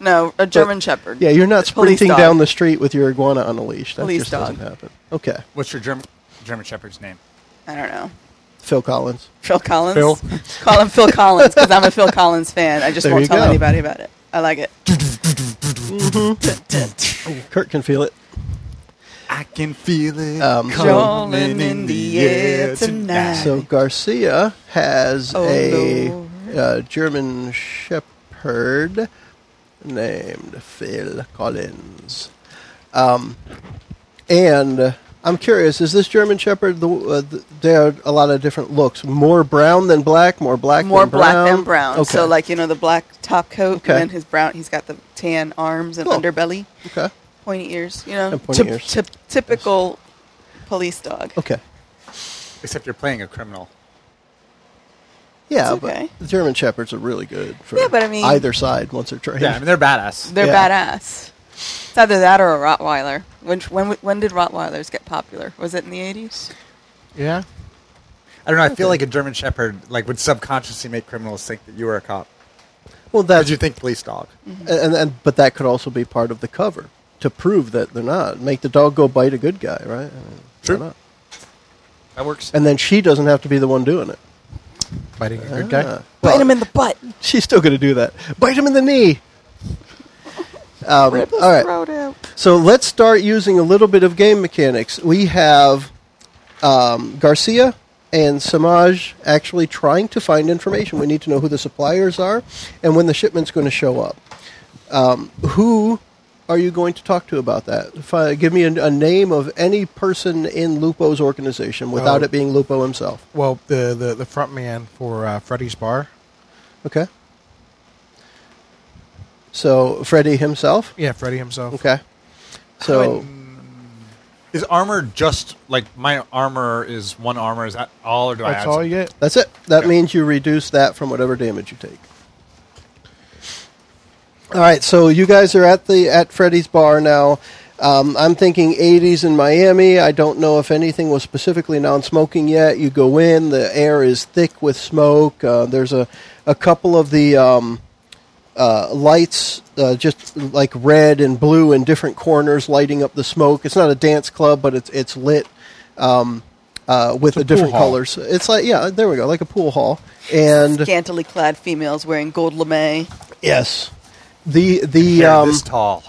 No, a German shepherd. yeah. You're not Police sprinting dog. down the street with your iguana on a leash. That Police just doesn't dog. happen. Okay, what's your German German Shepherd's name? I don't know. Phil Collins. Phil Collins. Phil. Call him Phil Collins because I'm a Phil Collins fan. I just There won't you tell go. anybody about it. I like it. Kurt can feel it. I can feel it Um, Rolling in the air tonight. So Garcia has Oh, a Lord. uh, German Shepherd named Phil Collins, um, and I'm curious: is this German Shepherd? The, uh, the, there are a lot of different looks. More brown than black. More black. More than black brown. than brown. Okay. So like you know the black top coat Okay. and then his brown. He's got the tan arms and Cool. underbelly, okay. pointy ears. You know, And pointy ears. typical police dog. Okay. Except you're playing a criminal. Yeah, It's okay. but German Shepherds are really good for Yeah, but I mean- either side once they're trained. Yeah, I mean they're badass. They're Yeah. badass. It's either that or a Rottweiler. When when when did Rottweilers get popular? Was it in the eighties? Yeah. I don't know. I feel like a German Shepherd like would subconsciously make criminals think that you were a cop. well, Did that's you think police dog? and, and but that could also be part of the cover to prove that they're not. Make the dog go bite a good guy, right? I mean, why True. not? That works. And then she doesn't have to be the one doing it. Biting a good Ah. guy. Well, in the butt. she's still going to do that. Bite him in the knee. Um, Rip his all right. throat out. So let's start using a little bit of game mechanics. We have um, Garcia and Samaj actually trying to find information. We need to know who the suppliers are and when the shipment's going to show up. Um, who are you going to talk to about that? If I, give me a, a name of any person in Lupo's organization without Oh. it being Lupo himself. Well, the, the, the front man for uh, Freddy's Bar. Okay. So Freddy himself. Yeah, Freddy himself. Okay. So Is armor just like my armor is one armor? Is that all, or do I That's add all some- you get? That's it. That Okay. means you reduce that from whatever damage you take. All right, so you guys are at the at Freddy's bar now. Um, I'm thinking 80s in Miami. I don't know if anything was specifically non-smoking yet. You go in, the air is thick with smoke. Uh, there's a a couple of the um, uh, lights, uh, just like red and blue in different corners, lighting up the smoke. It's not a dance club, but it's it's lit um, uh, with It's a the different pool hall. colors. It's like yeah, there we go, like a pool hall. And Scantily clad females wearing gold lame. yes, the the Hair um, this tall.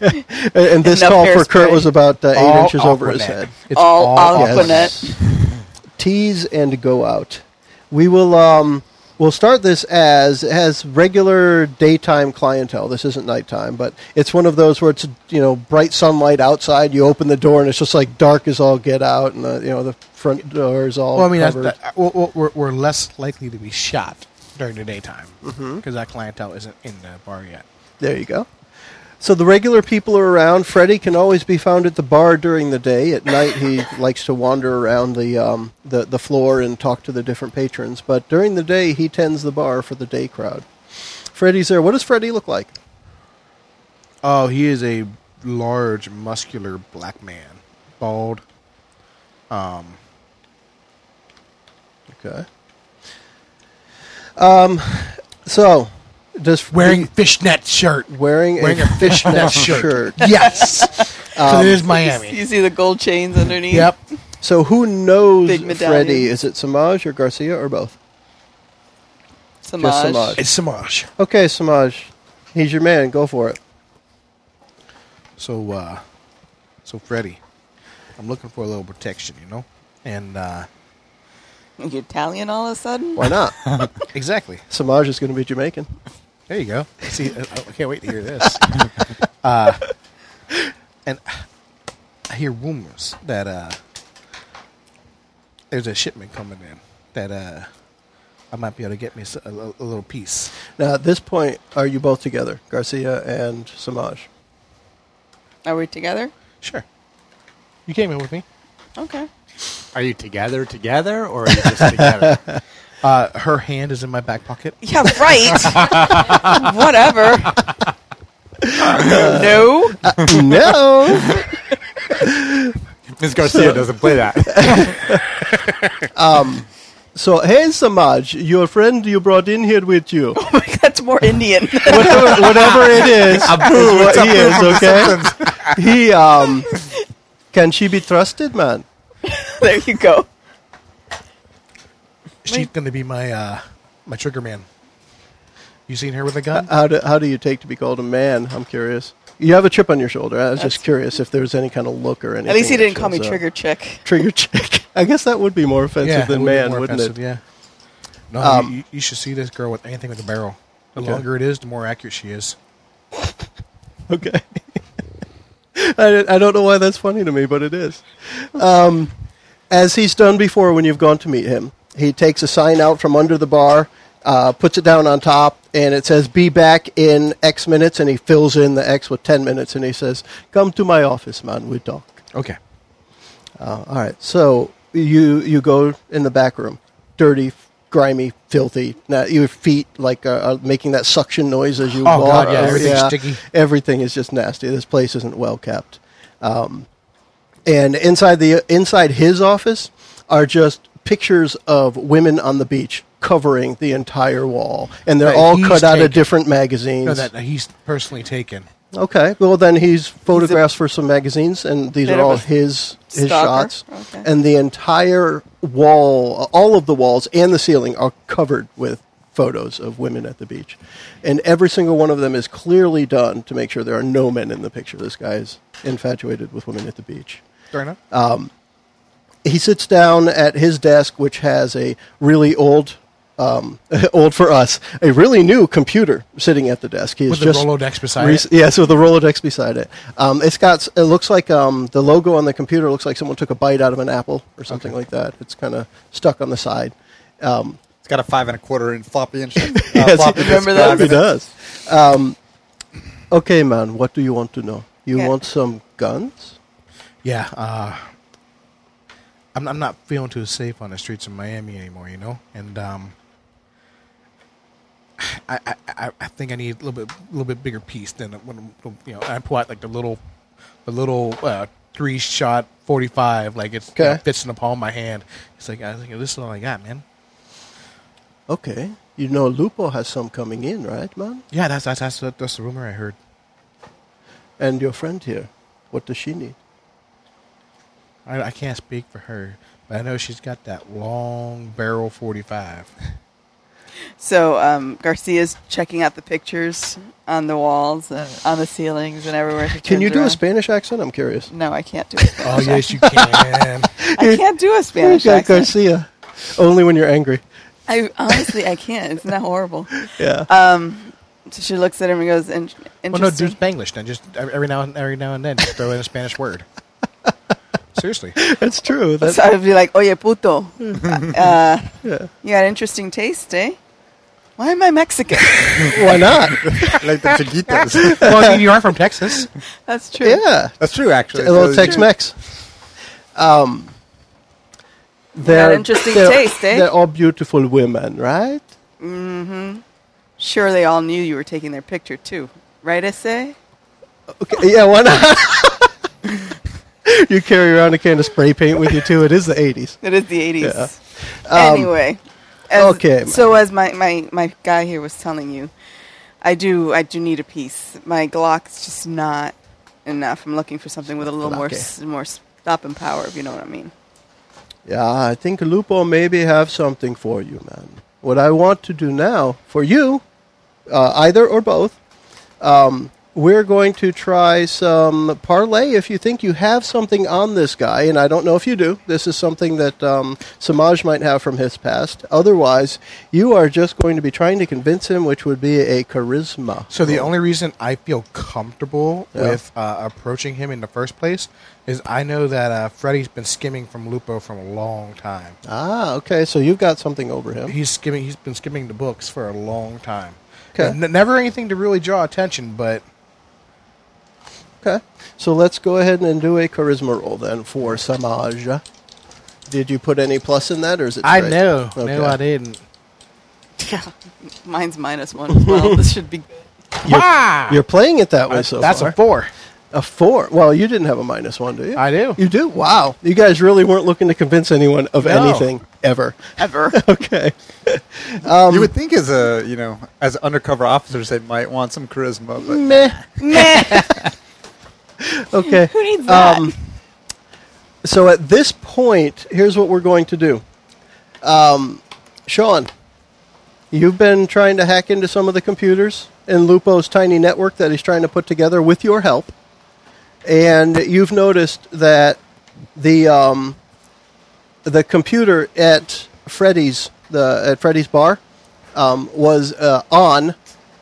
And, and this No call for hairspray. Kurt was about uh, eight All inches over his Aquanet. head. It's all, Aquanet. Aquanet. tease and go out. We will um, we'll start this as it has regular daytime clientele. This isn't nighttime, but it's one of those where it's you know bright sunlight outside. You open the door and it's just like dark as all get out, and the, you know the front door is all Well, I mean, that's, covered. that- well, well, we're, we're less likely to be shot during the daytime because Mm-hmm. that clientele isn't in the bar yet. There you go. So the regular people are around. Freddie can always be found at the bar during the day. At night, he likes to wander around the, um, the the floor and talk to the different patrons. But during the day, he tends the bar for the day crowd. Freddie's there. What does Freddie look like? Oh, he is a large, muscular black man, bald. Okay. Um, so does Wearing fishnet shirt. wearing, Wearing a fishnet shirt. shirt. Yes. Um, so it is Miami. You see the gold chains underneath. Yep. So who knows Big medallion. Freddie? Is it Samaj or Garcia or both? Samaj. Samaj. It's Samaj. Okay, Samaj, he's your man. Go for it. So, uh, so Freddie, I'm looking for a little protection, you know? And, uh, You're Italian all of a sudden. Why not? exactly. Samaj is going to be Jamaican. There you go. See, I I can't wait to hear this. uh, and I hear rumors that uh, there's a shipment coming in that uh, I might be able to get me s- a, li- a little piece. Now, at this point, are you both together, Garcia and Samaj? Are we together? Sure. You came in with me. Okay. Are you together together or are you just together? Uh, her hand is in my back pocket. Yeah, right. Whatever. no. no. Ms. Garcia doesn't play that. So, hey, Samaj, your friend you brought in here with you, That's more Indian. whatever, whatever it is, is what he is. Okay. He um, can she be trusted, man? there you go. She's going to be my uh, my trigger man. You seen her with a gun? How do how do you take to be called a man? I'm curious. You have a chip on your shoulder. I was just curious if there was any kind of look or anything. At least he that didn't call me shows up. trigger chick. Trigger check. I guess that would be more offensive yeah, than it would be man, more wouldn't offensive, it? Yeah. No, Um, you, you should see this girl with anything with a barrel. The Okay. longer it is, the more accurate she is. Okay. I, I don't know why that's funny to me, but it is. Um, as he's done before when you've gone to meet him, he takes a sign out from under the bar, uh, puts it down on top, and it says, Be back in X minutes. And he fills in the X with 10 minutes and he says, Come to my office, man. We talk. Okay. Uh, all right. So you, you go in the back room, dirty, grimy, filthy. Now, your feet like are, are making that suction noise as you Oh, walk. God, yeah, everything's sticky. Everything is just nasty. This place isn't well kept. Um, and inside the inside his office are just pictures of women on the beach covering the entire wall, and they're Right, all he's cut out of taken- different magazines. No, that that he's personally taken. Okay. Well, then he's photographs for some magazines, and these Bit are of all a his his stalker. shots. Okay. And the entire wall, all of the walls and the ceiling are covered with photos of women at the beach, and every single one of them is clearly done to make sure there are no men in the picture. This guy is infatuated with women at the beach Fair enough. he sits down at his desk, which has a really old, um, old for us, a really new computer sitting at the desk. He's With the just Rolodex beside it? Yes, with the Rolodex beside it. Um, it's got. s- It looks like um, the logo on the computer looks like someone took a bite out of an apple or something like that. It's kind of stuck on the side. Um, It's got a five and a quarter inch floppy inch. Uh, yes, floppy disk Remember drive those? He in it. does. Um, okay, man. What do you want to know? You Yeah. want some guns? yeah. Uh, I'm, I'm not feeling too safe on the streets of Miami anymore, you know? And um, I, I, I- I think I need a little bit, little bit bigger piece than when, I'm- you know, I pull out like the little, the little uh, three shot 45, like it's, you know, Okay. fits in the palm of my hand. It's like, I think this is all I got, man. Okay. You know Lupo has some coming in, right, man? Yeah, that's, that's, that's, that's the rumor I heard. And your friend here, what does she need? I, I can't speak for her, but I know she's got that long barrel 45. So um, Garcia's checking out the pictures on the walls and on the ceilings and everywhere. She Can you turns do a around. Spanish accent? I'm curious. No, I can't do a Spanish. Oh yes, you can. I can't do a Spanish You've got accent. Garcia. Only when you're angry. I honestly, I can't. Isn't that horrible? Yeah. Uh, So she looks at him and goes, In- "Interesting." well, no, do Spanglish then. Just every every now and every now and then, just throw in a Spanish word. Seriously, That's true. That's, So I'd be like, "Oye, puto, uh, you got interesting taste, eh? Why am I Mexican? why not? like the chiquitas. well, I mean, you are from Texas. That's true. yeah. That's true, actually. A little So- Tex Mex. Um, Got interesting taste, eh? They're all beautiful women, right? Sure, they all knew you were taking their picture too, right? I say. Okay, yeah, why not? you carry around a can of spray paint with you, too. It is the 80s. It is the eighties. Yeah. Um, anyway, as- okay. So as my, my my guy here was telling you, I do I do need a piece. My Glock's just not enough. I'm looking for something with a little more Glock, eh? s- more stopping power. If you know what I mean. Yeah, I think Lupo maybe have something for you, man. What I want to do now for you, uh, either or both, um, we're going to try some parlay. If you think you have something on this guy, and I don't know if you do, this is something that um, Samaj might have from his past. Otherwise, you are just going to be trying to convince him, which would be a charisma. So the only reason I feel comfortable Yeah. with uh, approaching him in the first place is I know that uh, Freddy's been skimming from Lupo from a long time. ah, okay. So you've got something over him. He's skimming. He's been skimming the books for a long time. 'Kay. N- never anything to really draw attention, but Okay. So let's go ahead and do a charisma roll then for Samaj. Did you put any plus in that, or is it? I straight? know. Okay. No, I didn't. Yeah, mine's minus one as well. this should be. Wah! You're playing it that way so That's far. a four. A four. Well, you didn't have a minus one, do you? I do. You do. Wow. You guys really weren't looking to convince anyone of No. anything ever. Ever. okay. you would think, as a you know, as undercover officers, they might want some charisma, but Meh. Meh. Okay. um, Who needs that? So at this point, here's what we're going to do. Um, Sean, you've been trying to hack into some of the computers in Lupo's tiny network that he's trying to put together with your help. And you've noticed that the um, the computer at Freddy's the at Freddy's bar um, was uh, on,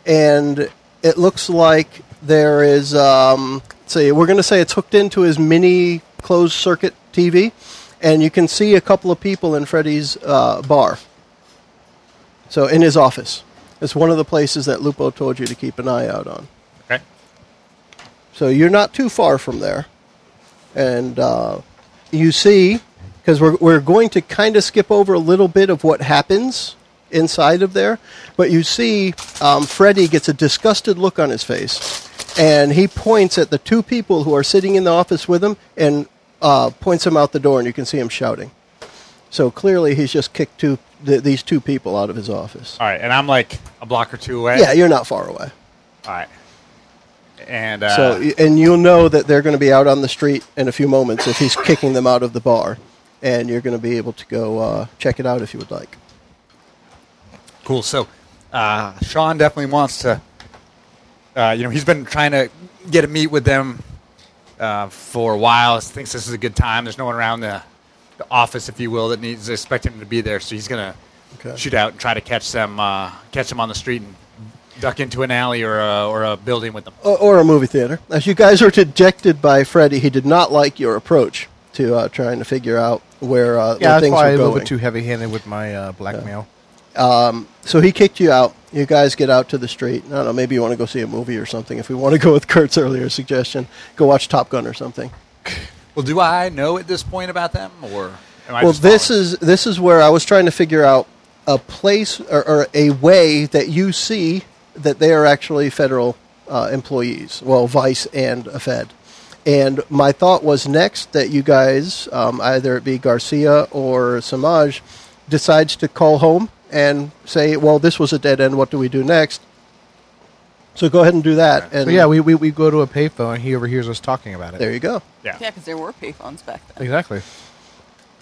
and it looks like there is. Um, say we're going to say it's hooked into his mini closed circuit TV, and you can see a couple of people in Freddy's uh, bar. So in his office, it's one of the places that Lupo told you to keep an eye out on. Okay. So you're not too far from there. And uh, you see, because we're, we're going to kind of skip over a little bit of what happens inside of there, but you see um, Freddy gets a disgusted look on his face. And he points at the two people who are sitting in the office with him and uh, points them out the door, and you can see him shouting. So clearly, he's just kicked two, th- these two people out of his office. All right, and I'm like a block or two away. Yeah, you're not far away. All right. And uh, So, y- and you'll know that they're going to be out on the street in a few moments if he's kicking them out of the bar, and you're going to be able to go uh, check it out if you would like. Cool. So, uh, Sean definitely wants to. Uh, you know, he's been trying to get a meet with them uh, for a while. Thinks this is a good time. There's no one around the, the office, if you will, that needs expect him to be there. So he's gonna Okay. shoot out and try to catch them, uh, catch them on the street and duck into an alley or a, or a building with them. Or, or a movie theater. As you guys are dejected by Freddy, he did not like your approach to uh, trying to figure out where, uh, Yeah, where that's things probably were a little going. bit too heavy-handed with my uh, blackmail. so he kicked you out. You guys get out to the street. I don't know. Maybe you want to go see a movie or something. If we want to go with Kurt's earlier suggestion, go watch Top Gun or something. Well, do I know at this point about them, or am I well just this following? is this is where i was trying to figure out a place or, or a way that you see that they are actually federal uh, employees well vice and a fed and my thought was next that you guys um, either it be garcia or samaj decides to call home and say well this was a dead end what do we do next so go ahead and do that and So yeah, we, we, we go to a payphone and he overhears us talking about it. there you go yeah. Yeah, because there were payphones back then. Exactly.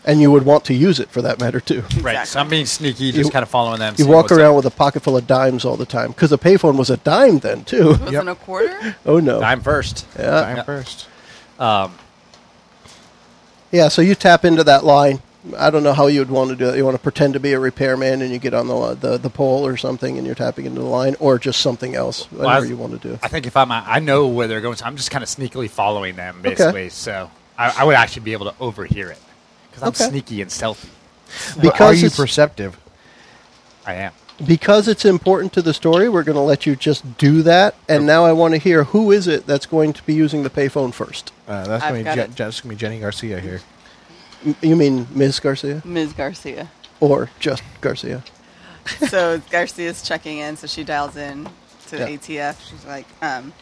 and you would want to use it for that matter too. Right. So I'm being sneaky, just You- kind of following them. You seeing walk what's up. around with a pocket full of dimes all the time because a payphone was a dime then too. It wasn't a quarter? Oh no. Mm-hmm. Dime first. Uh, Dime Yeah. first. Yeah, so you tap into that line. I don't know how you would want to do that. You want to pretend to be a repairman and you get on the uh, the, the pole or something and you're tapping into the line or just something else, whatever I- you want to do. I think if I'm, a- I know where they're going, so I'm just kind of sneakily following them, basically. So I, I would actually be able to overhear it because I'm Okay. sneaky and stealthy. But are Because you it's, perceptive? I am. because it's important to the story, we're going to let you just do that. And now I want to hear who is it that's going to be using the payphone first? Uh, that's I've gonna be, got Je- it. that's gonna be Jenny Garcia here. M- You mean Ms. Garcia Ms. Garcia. or just Garcia? so Garcia's checking in, so she dials in to Yeah. ATF. She's like, um,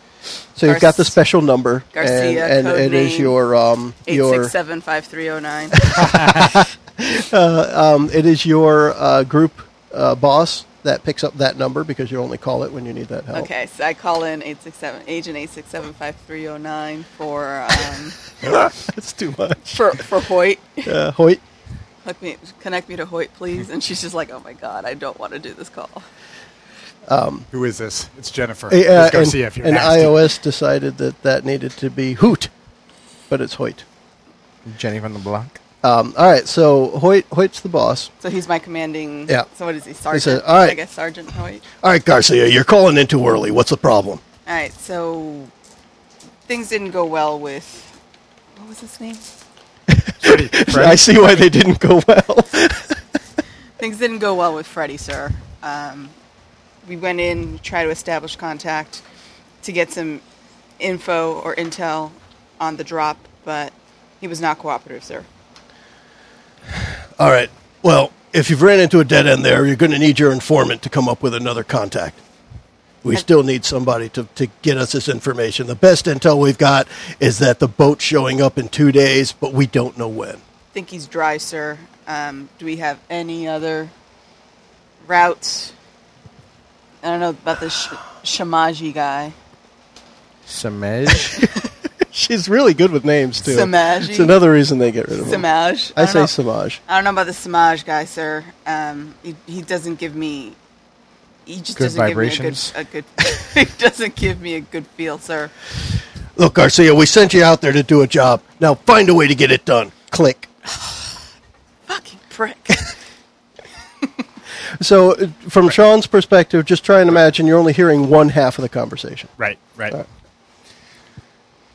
So you've got the Garc- special number Garcia, and, and code it is name, your um your 8675309. um, it is your uh, group uh, boss that picks up that number because you only call it when you need that help. okay, so I call in 867, agent 8675309 for, um, That's too much. for, for Hoyt. Uh, Hoyt. Hook me, connect me to Hoyt, please. And she's just like, oh my God, I don't want to do this call. Who is this? It's Jennifer. Uh, it's and- Garcia. if you're and nasty. iOS decided that that needed to be Hoot, but it's Hoyt. Jenny from the block. Um, all right, so Hoyt Hoyt's the boss. So he's my commanding. Yeah. So what is he, sergeant? "All right." I guess Sergeant Hoyt. All right, Garcia, you're calling in too early. What's the problem? All right, so things didn't go well with. What was his name? I see why they didn't go well. Things didn't go well with Freddie, sir. Um, we went in, tried to establish contact to get some info or intel on the drop, but he was not cooperative, sir. all right, well, if you've ran into a dead end there, you're going to need your informant to come up with another contact. We still need somebody to, to get us this information. The best intel we've got is that the boat's showing up in two days, but we don't know when. Think he's dry, sir. Um, do we have any other routes? I don't know about this sh- Shamaji guy. Samej. She's really good with names too. Samaji? It's another reason they get rid of him. Samaj. I, don't say know. Samaj. I don't know about the Samaj guy, sir. Um, he, he doesn't give me. He just Good doesn't vibrations? give me a good. A good he doesn't give me a good feel, sir. Look, Garcia, we sent you out there to do a job. Now find a way to get it done. Click. Fucking prick. So, uh, from Sean's perspective, just try and imagine you're only hearing one half of the conversation. Right, right. All right.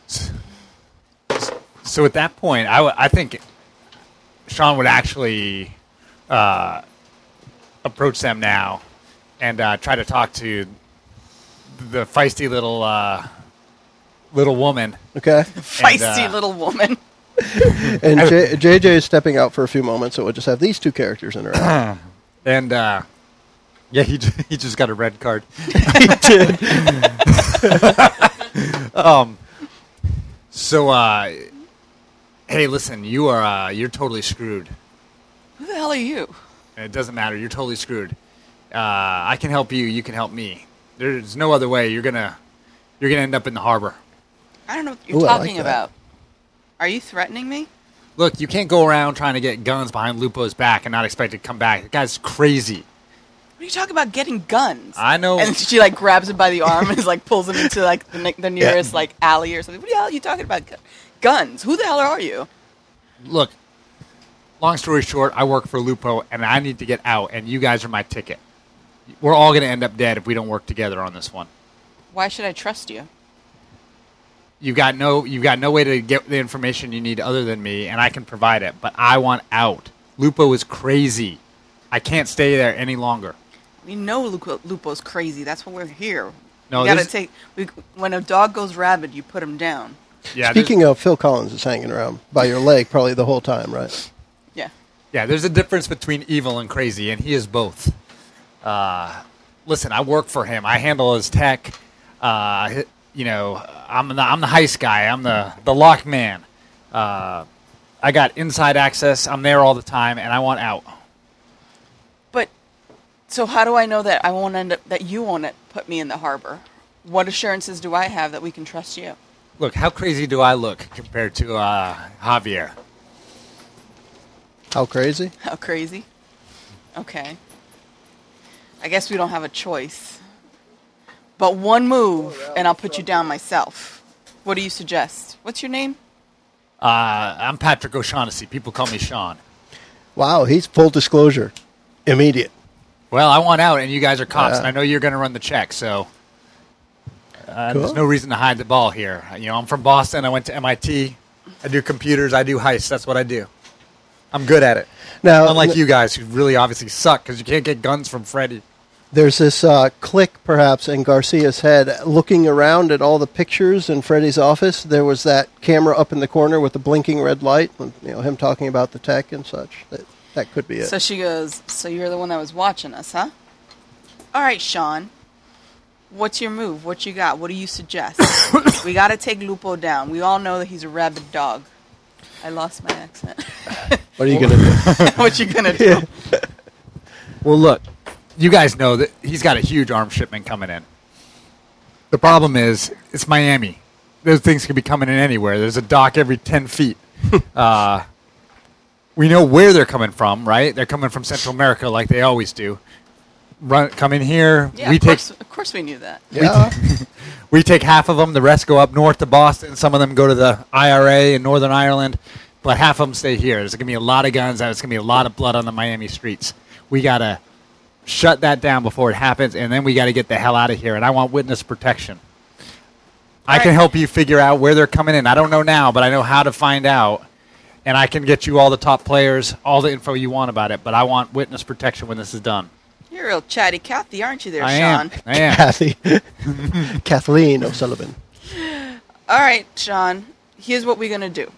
S- So at that point, I, w- I think Sean would actually uh, approach them now and uh, try to talk to the feisty little uh, little woman. Okay. Feisty uh, little woman. And J- JJ is stepping out for a few moments, so we'll just have these two characters interact. And uh, Yeah, he ju- he just got a red card. Um, so, uh, hey, listen, you are uh, you're totally screwed. Who the hell are you? It doesn't matter. You're totally screwed. Uh, I can help you. You can help me. There's no other way. You're gonna, you're gonna end up in the harbor. I don't know what you're Ooh, I like talking that. about. Are you threatening me? Look, you can't go around trying to get guns behind Lupo's back and not expect it to come back. The guy's crazy. What are you talking about? Getting guns? I know. And she like grabs him by the arm and like pulls him into like the, ne- the nearest like alley or something. What the hell are you talking about? Gu- Guns? Who the hell are you? Look, long story short, I work for Lupo and I need to get out. And you guys are my ticket. We're all gonna end up dead if we don't work together on this one. Why should I trust you? You've got no, you've got no way to get the information you need other than me, and I can provide it. But I want out. Lupo is crazy. I can't stay there any longer. We know Lupo, Lupo's crazy. That's why we're here. No, we gotta there's- take. We, when a dog goes rabid, you put him down. Yeah, there's- Speaking of, Phil Collins is hanging around by your leg probably the whole time, right? Yeah. Yeah, there's a difference between evil and crazy, and he is both. Uh, listen, I work for him. I handle his tech. Uh, hi- you know, I'm the, I'm the heist guy. I'm the the lock man. Uh, I got inside access. I'm there all the time, and I want out. But so how do I know that I won't end up that you won't put me in the harbor? What assurances do I have that we can trust you? Look, how crazy do I look compared to uh, Javier? How crazy? How crazy. Okay. I guess we don't have a choice. But one move, and I'll put you down myself. What do you suggest? What's your name? Uh, I'm Patrick O'Shaughnessy. People call me Sean. Wow, he's full disclosure. Immediate. Well, I want out, and you guys are cops, and I know you're going to run the check, so uh, Cool. there's no reason to hide the ball here. You know, I'm from Boston. I went to MIT. I do computers. I do heists. That's what I do. I'm good at it. Now, Unlike n- you guys, who really obviously suck because you can't get guns from Freddy. There's this uh, click, perhaps, in Garcia's head, looking around at all the pictures in Freddy's office. There was that camera up in the corner with the blinking red light, and, you know, him talking about the tech and such. That, that could be it. So she goes, So you're the one that was watching us, huh? All right, Sean. What's your move? What you got? What do you suggest? we got to take Lupo down. We all know that he's a rabid dog. I lost my accent. what are you going to do? what you gonna do? Well, look, you guys know that he's got a huge arms shipment coming in. The problem is, it's Miami. Those things could be coming in anywhere. There's a dock every 10 feet. uh, we know where they're coming from, right? They're coming from Central America like they always do. Run, come in here. Yeah, we of, take course, of course we knew that. Yeah. we take half of them. The rest go up north to Boston. Some of them go to the IRA in Northern Ireland, but half of them stay here. There's going to be a lot of guns out. It's going to be a lot of blood on the Miami streets. We got to shut that down before it happens, and then we got to get the hell out of here. And I want witness protection. I can Alright. help you figure out where they're coming in. I don't know now, but I know how to find out. And I can get you all the top players, all the info you want about it, but I want witness protection when this is done. You're a real chatty Cathy, aren't you there, I Sean? am. I am. Kathy. Kathleen O'Sullivan. All right, Sean. Here's what we're gonna do.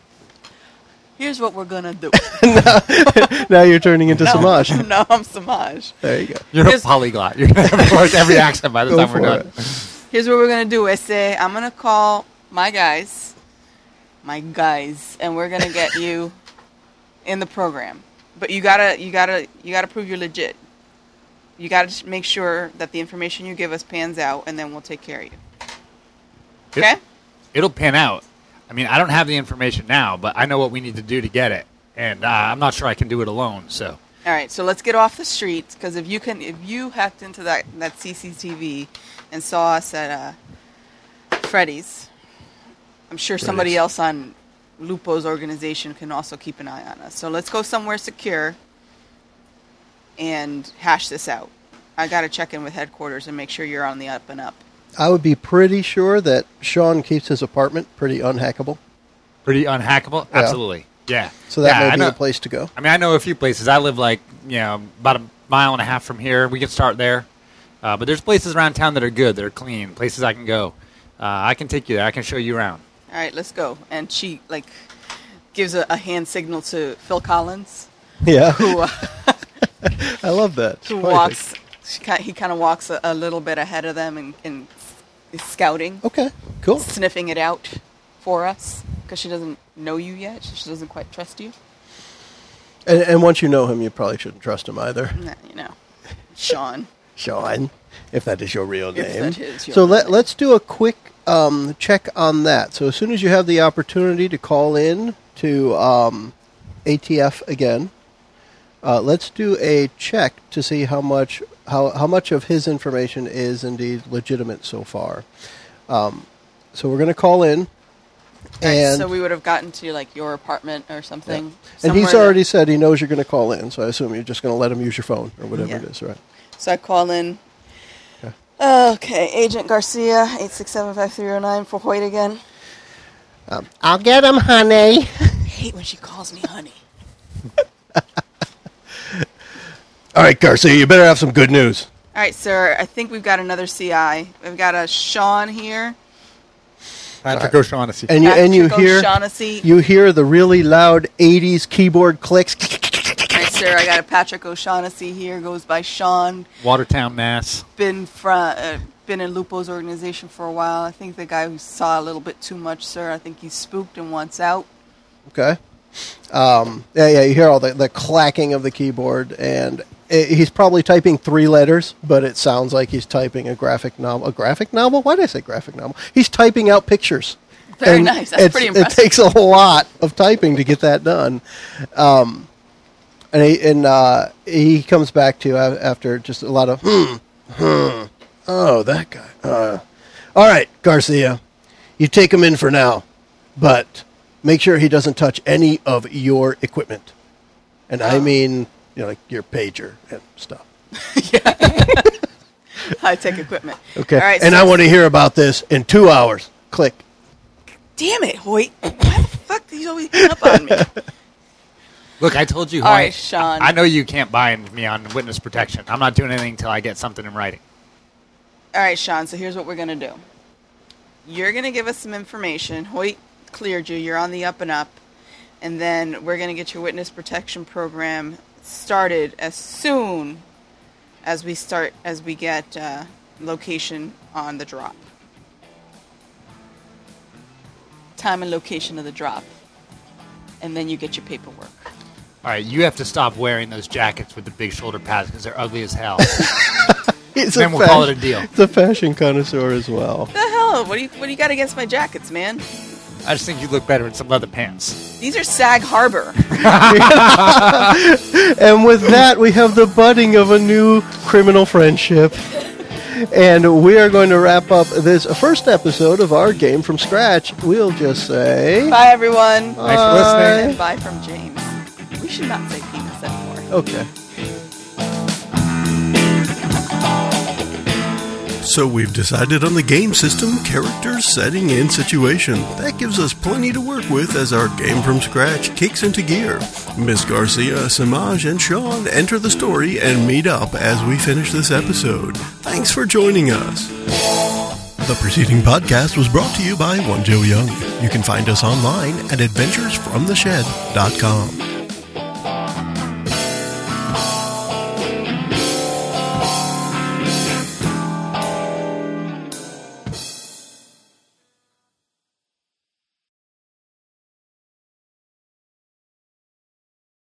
Here's what we're gonna do. Now you're turning into Samaj. no, I'm Samaj. There you go. You're a Here's- polyglot. You're going to have worked every accent by the Go time we're for done. it. Here's what we're gonna do. I say I'm gonna call my guys, my guys, and we're gonna get you in the program. But you gotta, you gotta, you gotta prove you're legit. You gotta just make sure that the information you give us pans out, and then we'll take care of you. Yep. Okay. it'll pan out. I mean, I don't have the information now, but I know what we need to do to get it, and uh, I'm not sure I can do it alone. So All right, so let's get off the streets because if you can, if you hacked into that that CCTV and saw us at uh, Freddy's, I'm sure somebody Freddy's. else on Lupo's organization can also keep an eye on us. So let's go somewhere secure and hash this out. I got to check in with headquarters and make sure you're on the up and up. I would be pretty sure that Sean keeps his apartment pretty unhackable. pretty unhackable. Yeah. Absolutely, yeah. So that Yeah, I may be know- the place to go. I mean, I know a few places. I live like you know about a mile and a half from here. We can start there, uh, but there's places around town that are good, that are clean, places I can go. Uh, I can take you there. I can show you around. All right, let's go. And she like gives a, a hand signal to Phil Collins, Yeah. who. Uh, I love that. who Perfect. walks. She kind, he kind of walks a, a little bit ahead of them and, and is scouting, Okay, Oh, cool. sniffing it out for us because she doesn't know you yet. so She doesn't quite trust you. And, and once you know him, you probably shouldn't trust him either. Nah, you know, Sean. Sean, if that is your real name. If that is your so real let, name. let's do a quick um, check on that. So as soon as you have the opportunity to call in to um, ATF again, uh, let's do a check to see how much how, how much of his information is indeed legitimate so far. Um, so we're going to call in, and so we would have gotten to like your apartment or something. and he's somewhere already that- said he knows you're going to call in. So I assume you're just going to let him use your phone or whatever Yeah. it is, right? so I call in. Okay. Okay, Agent Garcia, eight six seven five three zero nine for Hoyt again. I'll get him, honey. I hate when she calls me honey. All right, Garcia, you better have some good news. All right, sir. I think we've got another CI. We've got a Sean here. Patrick O'Shaughnessy. And you and you Patrick hear O'Shaughnessy. you hear the really loud '80s keyboard clicks. All right, sir. I got a Patrick O'Shaughnessy here. Goes by Sean. Watertown, Mass. Been from, uh, been in Lupo's organization for a while. I think the guy who saw a little bit too much, sir. I think he's spooked and wants out. Okay. Um, yeah, yeah. You hear all the, the clacking of the keyboard, and it, he's probably typing three letters, but it sounds like he's typing a graphic novel. A graphic novel? Why did I say graphic novel? He's typing out pictures. Very nice. That's it's- pretty It impressive. takes a lot of typing to get that done. Um, and he and uh, he comes back to a- after just a lot of hmm, hmm, oh that guy. Uh, all right, Garcia, you take him in for now, but make sure he doesn't touch any of your equipment, and I mean you know like your pager and stuff. high tech equipment. Okay, All right. and so- I want to hear about this in two hours. Click. Damn it, Hoyt! Why the fuck do you always hang up on me? Look, I told you. All Hoyt, right, Sean. I know you can't bind me on witness protection. I'm not doing anything until I get something in writing. All right, Sean. So here's what we're gonna do. You're gonna give us some information. Hoyt cleared you. You're on the up and up, and then we're gonna get your witness protection program started as soon as we start as we get uh, location on the drop. Time and location of the drop, and then you get your paperwork. All right, you have to stop wearing those jackets with the big shoulder pads because they're ugly as hell. He's Then we'll call it a deal. It's a fashion connoisseur as well. The hell? What do you what do you got against my jackets, man? I just think you look better in some leather pants. These are Sag Harbor. And with that, we have the budding of a new criminal friendship. And we are going to wrap up this first episode of our game from scratch. We'll just say. Bye, everyone. Thanks for listening. And bye from James. We should not say penis anymore. Okay. So we've decided on the game system, characters, setting, and situation. That gives us plenty to work with as our game from scratch kicks into gear. Miss Garcia, Samaj, and Sean enter the story and meet up as we finish this episode. Thanks for joining us. The preceding podcast was brought to you by One Joe Young. You can find us online at adventuresfromtheshed.com.